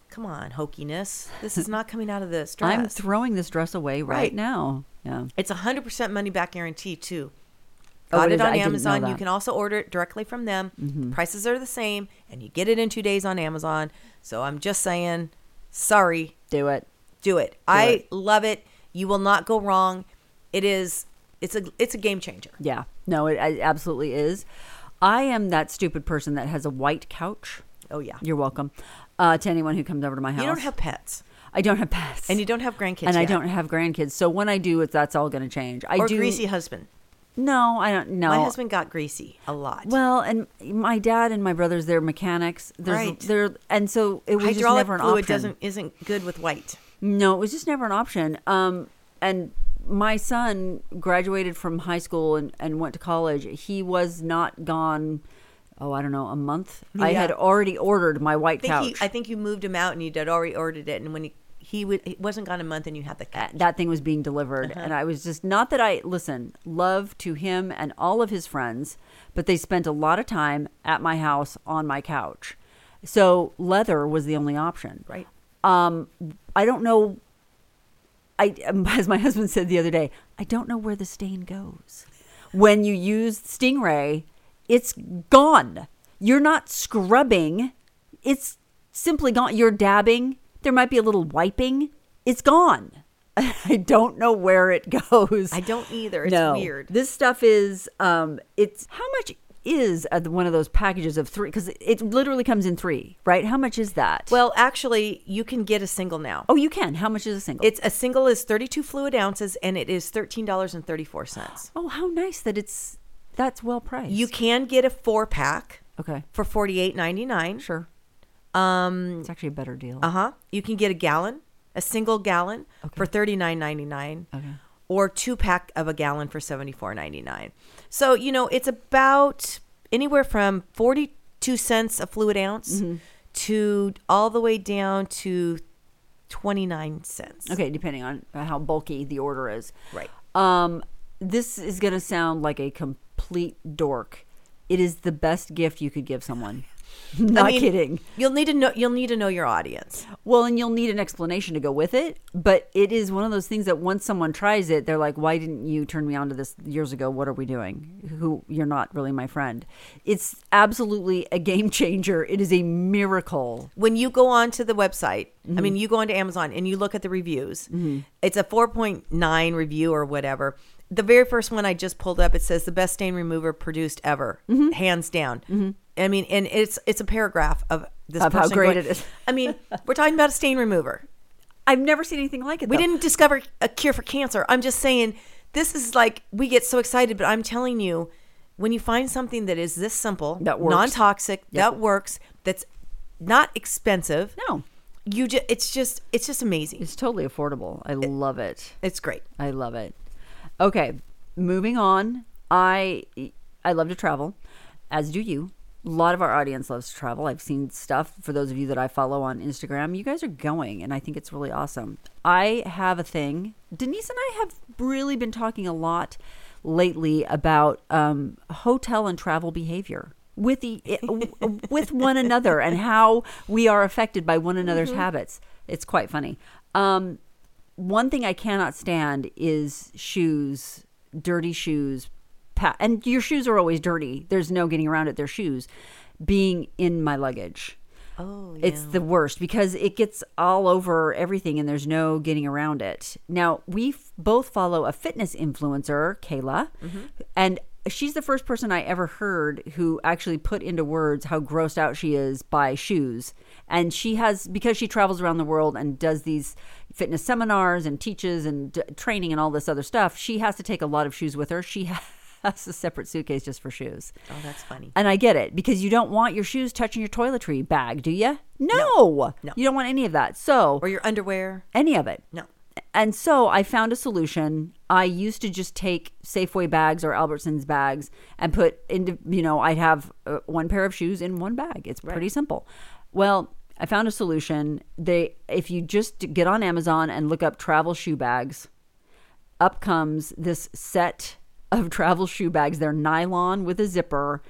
Speaker 2: "Come on, hokiness! This is not coming out of this dress."
Speaker 1: I'm throwing this dress away right,
Speaker 2: Right.
Speaker 1: now. Yeah.
Speaker 2: It's a hundred percent money back guarantee too.
Speaker 1: Oh,
Speaker 2: Got
Speaker 1: it
Speaker 2: it,
Speaker 1: is? I
Speaker 2: on
Speaker 1: didn't know
Speaker 2: Amazon. You
Speaker 1: that. Mm-hmm.
Speaker 2: can also order it directly from them. Prices are the same, and you get it in two days on Amazon. So I'm just saying, sorry,
Speaker 1: Do it.
Speaker 2: do it. I
Speaker 1: it.
Speaker 2: love it. You will not go wrong. It is. It's a. It's a game changer.
Speaker 1: Yeah. No, it, it absolutely is. I am that stupid person that has a white couch.
Speaker 2: Oh yeah.
Speaker 1: You're welcome. Uh, to anyone who comes over to my house.
Speaker 2: You don't have pets,
Speaker 1: I don't have pets.
Speaker 2: and you don't have grandkids,
Speaker 1: and I
Speaker 2: yet.
Speaker 1: don't have grandkids. So when I do, it that's all going to change. I
Speaker 2: Or
Speaker 1: do.
Speaker 2: greasy husband.
Speaker 1: No, I don't. No,
Speaker 2: My husband got greasy a lot.
Speaker 1: Well, and my dad and my brothers, they're mechanics. There's,
Speaker 2: Right.
Speaker 1: They're and so it was just
Speaker 2: Hydraulic
Speaker 1: never an
Speaker 2: fluid
Speaker 1: option.
Speaker 2: doesn't isn't good with white.
Speaker 1: No, it was just never an option. Um, and my son graduated from high school and, and went to college. He was not gone. Oh, I don't know, a month. I
Speaker 2: Yeah.
Speaker 1: had already ordered my white
Speaker 2: think
Speaker 1: couch.
Speaker 2: He, I think you moved him out and you would already ordered it. And when he, he, would, he wasn't gone a month and you had the cat.
Speaker 1: Uh, that thing was being delivered
Speaker 2: Uh-huh.
Speaker 1: and i was just not that i listen love to him and all of his friends but they spent a lot of time at my house on my couch so leather was the only option
Speaker 2: Right.
Speaker 1: um i don't know i um, as my husband said the other day i don't know where the stain goes when you use stingray it's gone you're not scrubbing it's simply gone you're dabbing there might be a little wiping it's gone i don't know where it goes
Speaker 2: I don't either. It's
Speaker 1: no.
Speaker 2: weird.
Speaker 1: This stuff is um it's how much is uh, one of those packages of three because it literally comes in three, right? How much is that?
Speaker 2: Well, actually, you can get a single now.
Speaker 1: oh, you can. How much is a single?
Speaker 2: It's a single is 32 fluid ounces and it is $13.34.
Speaker 1: oh, how nice that it's that's well priced.
Speaker 2: You can get a four pack
Speaker 1: okay?
Speaker 2: for $48.99.
Speaker 1: Sure,
Speaker 2: Um,
Speaker 1: it's actually a better deal.
Speaker 2: uh huh. You can get a gallon, a single gallon for $39.99.
Speaker 1: Okay.
Speaker 2: Or two pack of a gallon for seventy four ninety nine. So you know it's about anywhere from forty two cents a fluid ounce
Speaker 1: Mm-hmm.
Speaker 2: to all the way down to twenty nine cents.
Speaker 1: Okay, depending on uh, how bulky the order is.
Speaker 2: Right.
Speaker 1: Um, this is going to sound like a complete dork. It is the best gift you could give someone. Not
Speaker 2: I mean,
Speaker 1: kidding.
Speaker 2: You'll need to know. You'll need to know your audience.
Speaker 1: Well, and you'll need an explanation to go with it, but it is one of those things that once someone tries it, they're like, "Why didn't you turn me on to this years ago? What are we doing? Who you're not really my friend." It's absolutely a game changer. It is a miracle.
Speaker 2: When you go on to the website,
Speaker 1: Mm-hmm.
Speaker 2: I mean, you go onto Amazon and you look at the reviews. It's a four point nine review or whatever. The very first one I just pulled up, it says the best stain remover produced ever,
Speaker 1: Mm-hmm.
Speaker 2: hands down. I mean, and it's it's a paragraph of this
Speaker 1: Of how
Speaker 2: person
Speaker 1: great
Speaker 2: going-
Speaker 1: it is.
Speaker 2: I mean, we're talking about a stain remover.
Speaker 1: I've never seen anything like it.
Speaker 2: We
Speaker 1: though.
Speaker 2: didn't discover a cure for cancer. I'm just saying this is like we get so excited, but I'm telling you, when you find something that is this simple,
Speaker 1: That works.
Speaker 2: non-toxic, that works, that's not expensive.
Speaker 1: No,
Speaker 2: You just it's just it's just amazing.
Speaker 1: it's totally affordable. I love it.
Speaker 2: It's great.
Speaker 1: I love it. Okay, moving on. I I love to travel, as do you. A lot of our audience loves to travel. I've seen stuff for those of you that I follow on Instagram. You guys are going, and I think it's really awesome. I have a thing. Denise and I have really been talking a lot lately about um, hotel and travel behavior. with the with one another and how we are affected by one another's habits. It's quite funny. Um, one thing I cannot stand is shoes, dirty shoes, pa- and your shoes are always dirty. There's no getting around it. They're shoes being in my luggage.
Speaker 2: Oh,
Speaker 1: It's the worst because it gets all over everything and there's no getting around it. Now, we f- both follow a fitness influencer, Kayla, and she's the first person I ever heard who actually put into words how grossed out she is by shoes. And she has, because she travels around the world and does these fitness seminars and teaches and d- training and all this other stuff, she has to take a lot of shoes with her. She has a separate suitcase just for shoes.
Speaker 2: Oh, that's funny.
Speaker 1: And I get it because you don't want your shoes touching your toiletry bag, do you? No.
Speaker 2: No.
Speaker 1: You don't want any of that. So,
Speaker 2: Or your underwear?
Speaker 1: any of it.
Speaker 2: No.
Speaker 1: And so I found a solution. I used to just take Safeway bags or Albertsons bags and put into, you know, I'd have uh, one pair of shoes in one bag. It's pretty simple. Well, I found a solution. They, if you just get on Amazon and look up travel shoe bags, up comes this set of travel shoe bags. They're nylon with a zipper,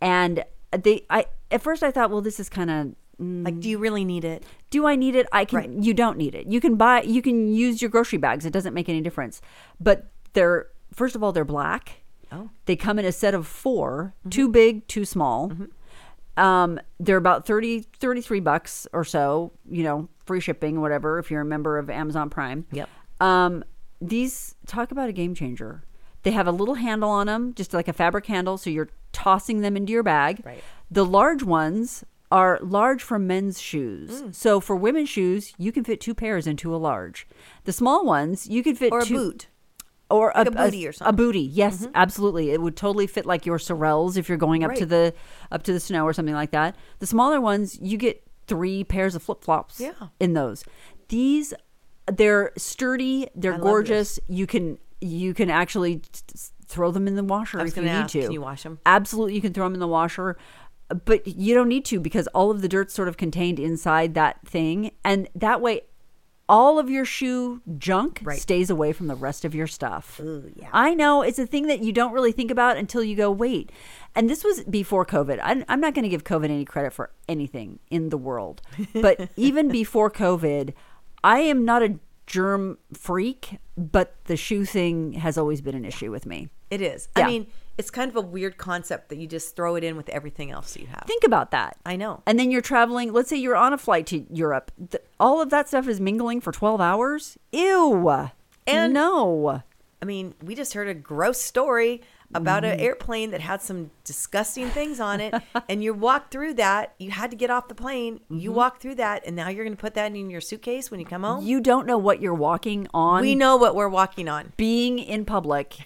Speaker 1: and they. I at first I thought, well, this is kind of Mm.
Speaker 2: Like, do you really need it?
Speaker 1: do I need it? I can.
Speaker 2: Right.
Speaker 1: You don't need it. You can buy. You can use your grocery bags. It doesn't make any difference. But they're first of all they're black.
Speaker 2: Oh. Mm-hmm.
Speaker 1: They come in a set of 4 too big, too small. Um, they're about 30, 33 bucks or so. You know, free shipping, whatever. If you're a member of Amazon Prime.
Speaker 2: Yep.
Speaker 1: Um, these talk about a game changer. They have a little handle on them, just like a fabric handle, so you're tossing them into your bag.
Speaker 2: Right.
Speaker 1: The large ones are large for men's shoes.
Speaker 2: Mm.
Speaker 1: So for women's shoes, you can fit two pairs into a large. The small ones, you could fit
Speaker 2: Or a
Speaker 1: two,
Speaker 2: boot.
Speaker 1: or
Speaker 2: a booty or something. Mm-hmm.
Speaker 1: A booty, yes, absolutely. It would totally fit like your sorels if you're going up to
Speaker 2: Right.
Speaker 1: the up to the snow or something like that. The smaller ones, you get three pairs of flip flops.
Speaker 2: Yeah.
Speaker 1: in those. These, they're sturdy. They're
Speaker 2: love this.
Speaker 1: gorgeous. You can you can actually t- t- throw them in the washer
Speaker 2: was
Speaker 1: if you
Speaker 2: gonna
Speaker 1: need
Speaker 2: ask,
Speaker 1: to.
Speaker 2: can you wash 'em?
Speaker 1: Absolutely, you can throw them in the washer, but you don't need to because all of the dirt's sort of contained inside that thing, and that way. All of your shoe junk
Speaker 2: Right.
Speaker 1: stays away from the rest of your stuff.
Speaker 2: yeah.
Speaker 1: I know it's a thing that you don't really think about until you go, wait. And this was before COVID. I, I'm not going to give COVID any credit for anything in the world. But even before COVID, I am not a germ freak, but the shoe thing has always been an issue with me.
Speaker 2: It is.
Speaker 1: Yeah.
Speaker 2: I mean, it's kind of a weird concept that you just throw it in with everything else you have.
Speaker 1: Think about that.
Speaker 2: I know.
Speaker 1: And then you're traveling, let's say you're on a flight to Europe. Th- all of that stuff is mingling for 12 hours. Ew.
Speaker 2: And-
Speaker 1: no.
Speaker 2: I mean, we just heard a gross story about an
Speaker 1: Mm-hmm.
Speaker 2: airplane that had some disgusting things on it, and you walked through that. You had to get off the plane. You walked through that, and now you're going to put that in your suitcase when you come home.
Speaker 1: Mm-hmm. You don't know what you're walking on.
Speaker 2: we know what we're walking on.
Speaker 1: being in public,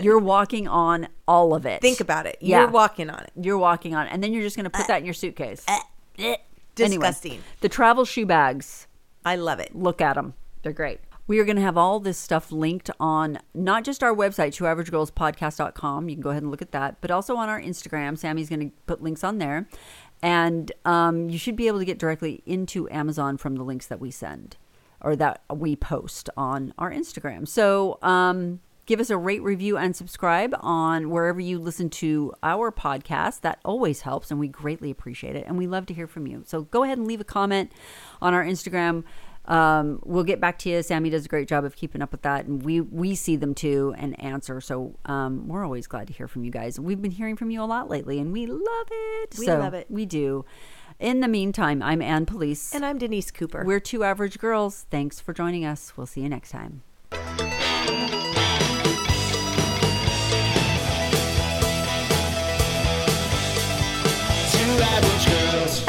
Speaker 1: you're walking on all of it.
Speaker 2: Think about it.
Speaker 1: Yeah.
Speaker 2: You're walking on it.
Speaker 1: You're walking on, it. and then you're just going to put that in your suitcase. Anyway,
Speaker 2: uh, Disgusting.
Speaker 1: the travel shoe bags.
Speaker 2: I love it.
Speaker 1: Look at them. They're great. We are going to have all this stuff linked on not just our website, twoaveragegirlspodcast.com. You can go ahead and look at that, but also on our Instagram. Sammy's going to put links on there. And um, you should be able to get directly into Amazon from the links that we send or that we post on our Instagram. So um, give us a rate, review, and subscribe on wherever you listen to our podcast. That always helps, and we greatly appreciate it. And we love to hear from you. So go ahead and leave a comment on our Instagram. Um, we'll get back to you. Sammy does a great job of keeping up with that, and we we see them too and answer. So um, we're always glad to hear from you guys. We've been hearing from you a lot lately, and we love it.
Speaker 2: We
Speaker 1: So
Speaker 2: love it.
Speaker 1: We do. In the meantime, I'm Ann Police.
Speaker 2: And I'm Denise Cooper.
Speaker 1: We're two average girls. Thanks for joining us. We'll see you next time.
Speaker 3: Two average girls.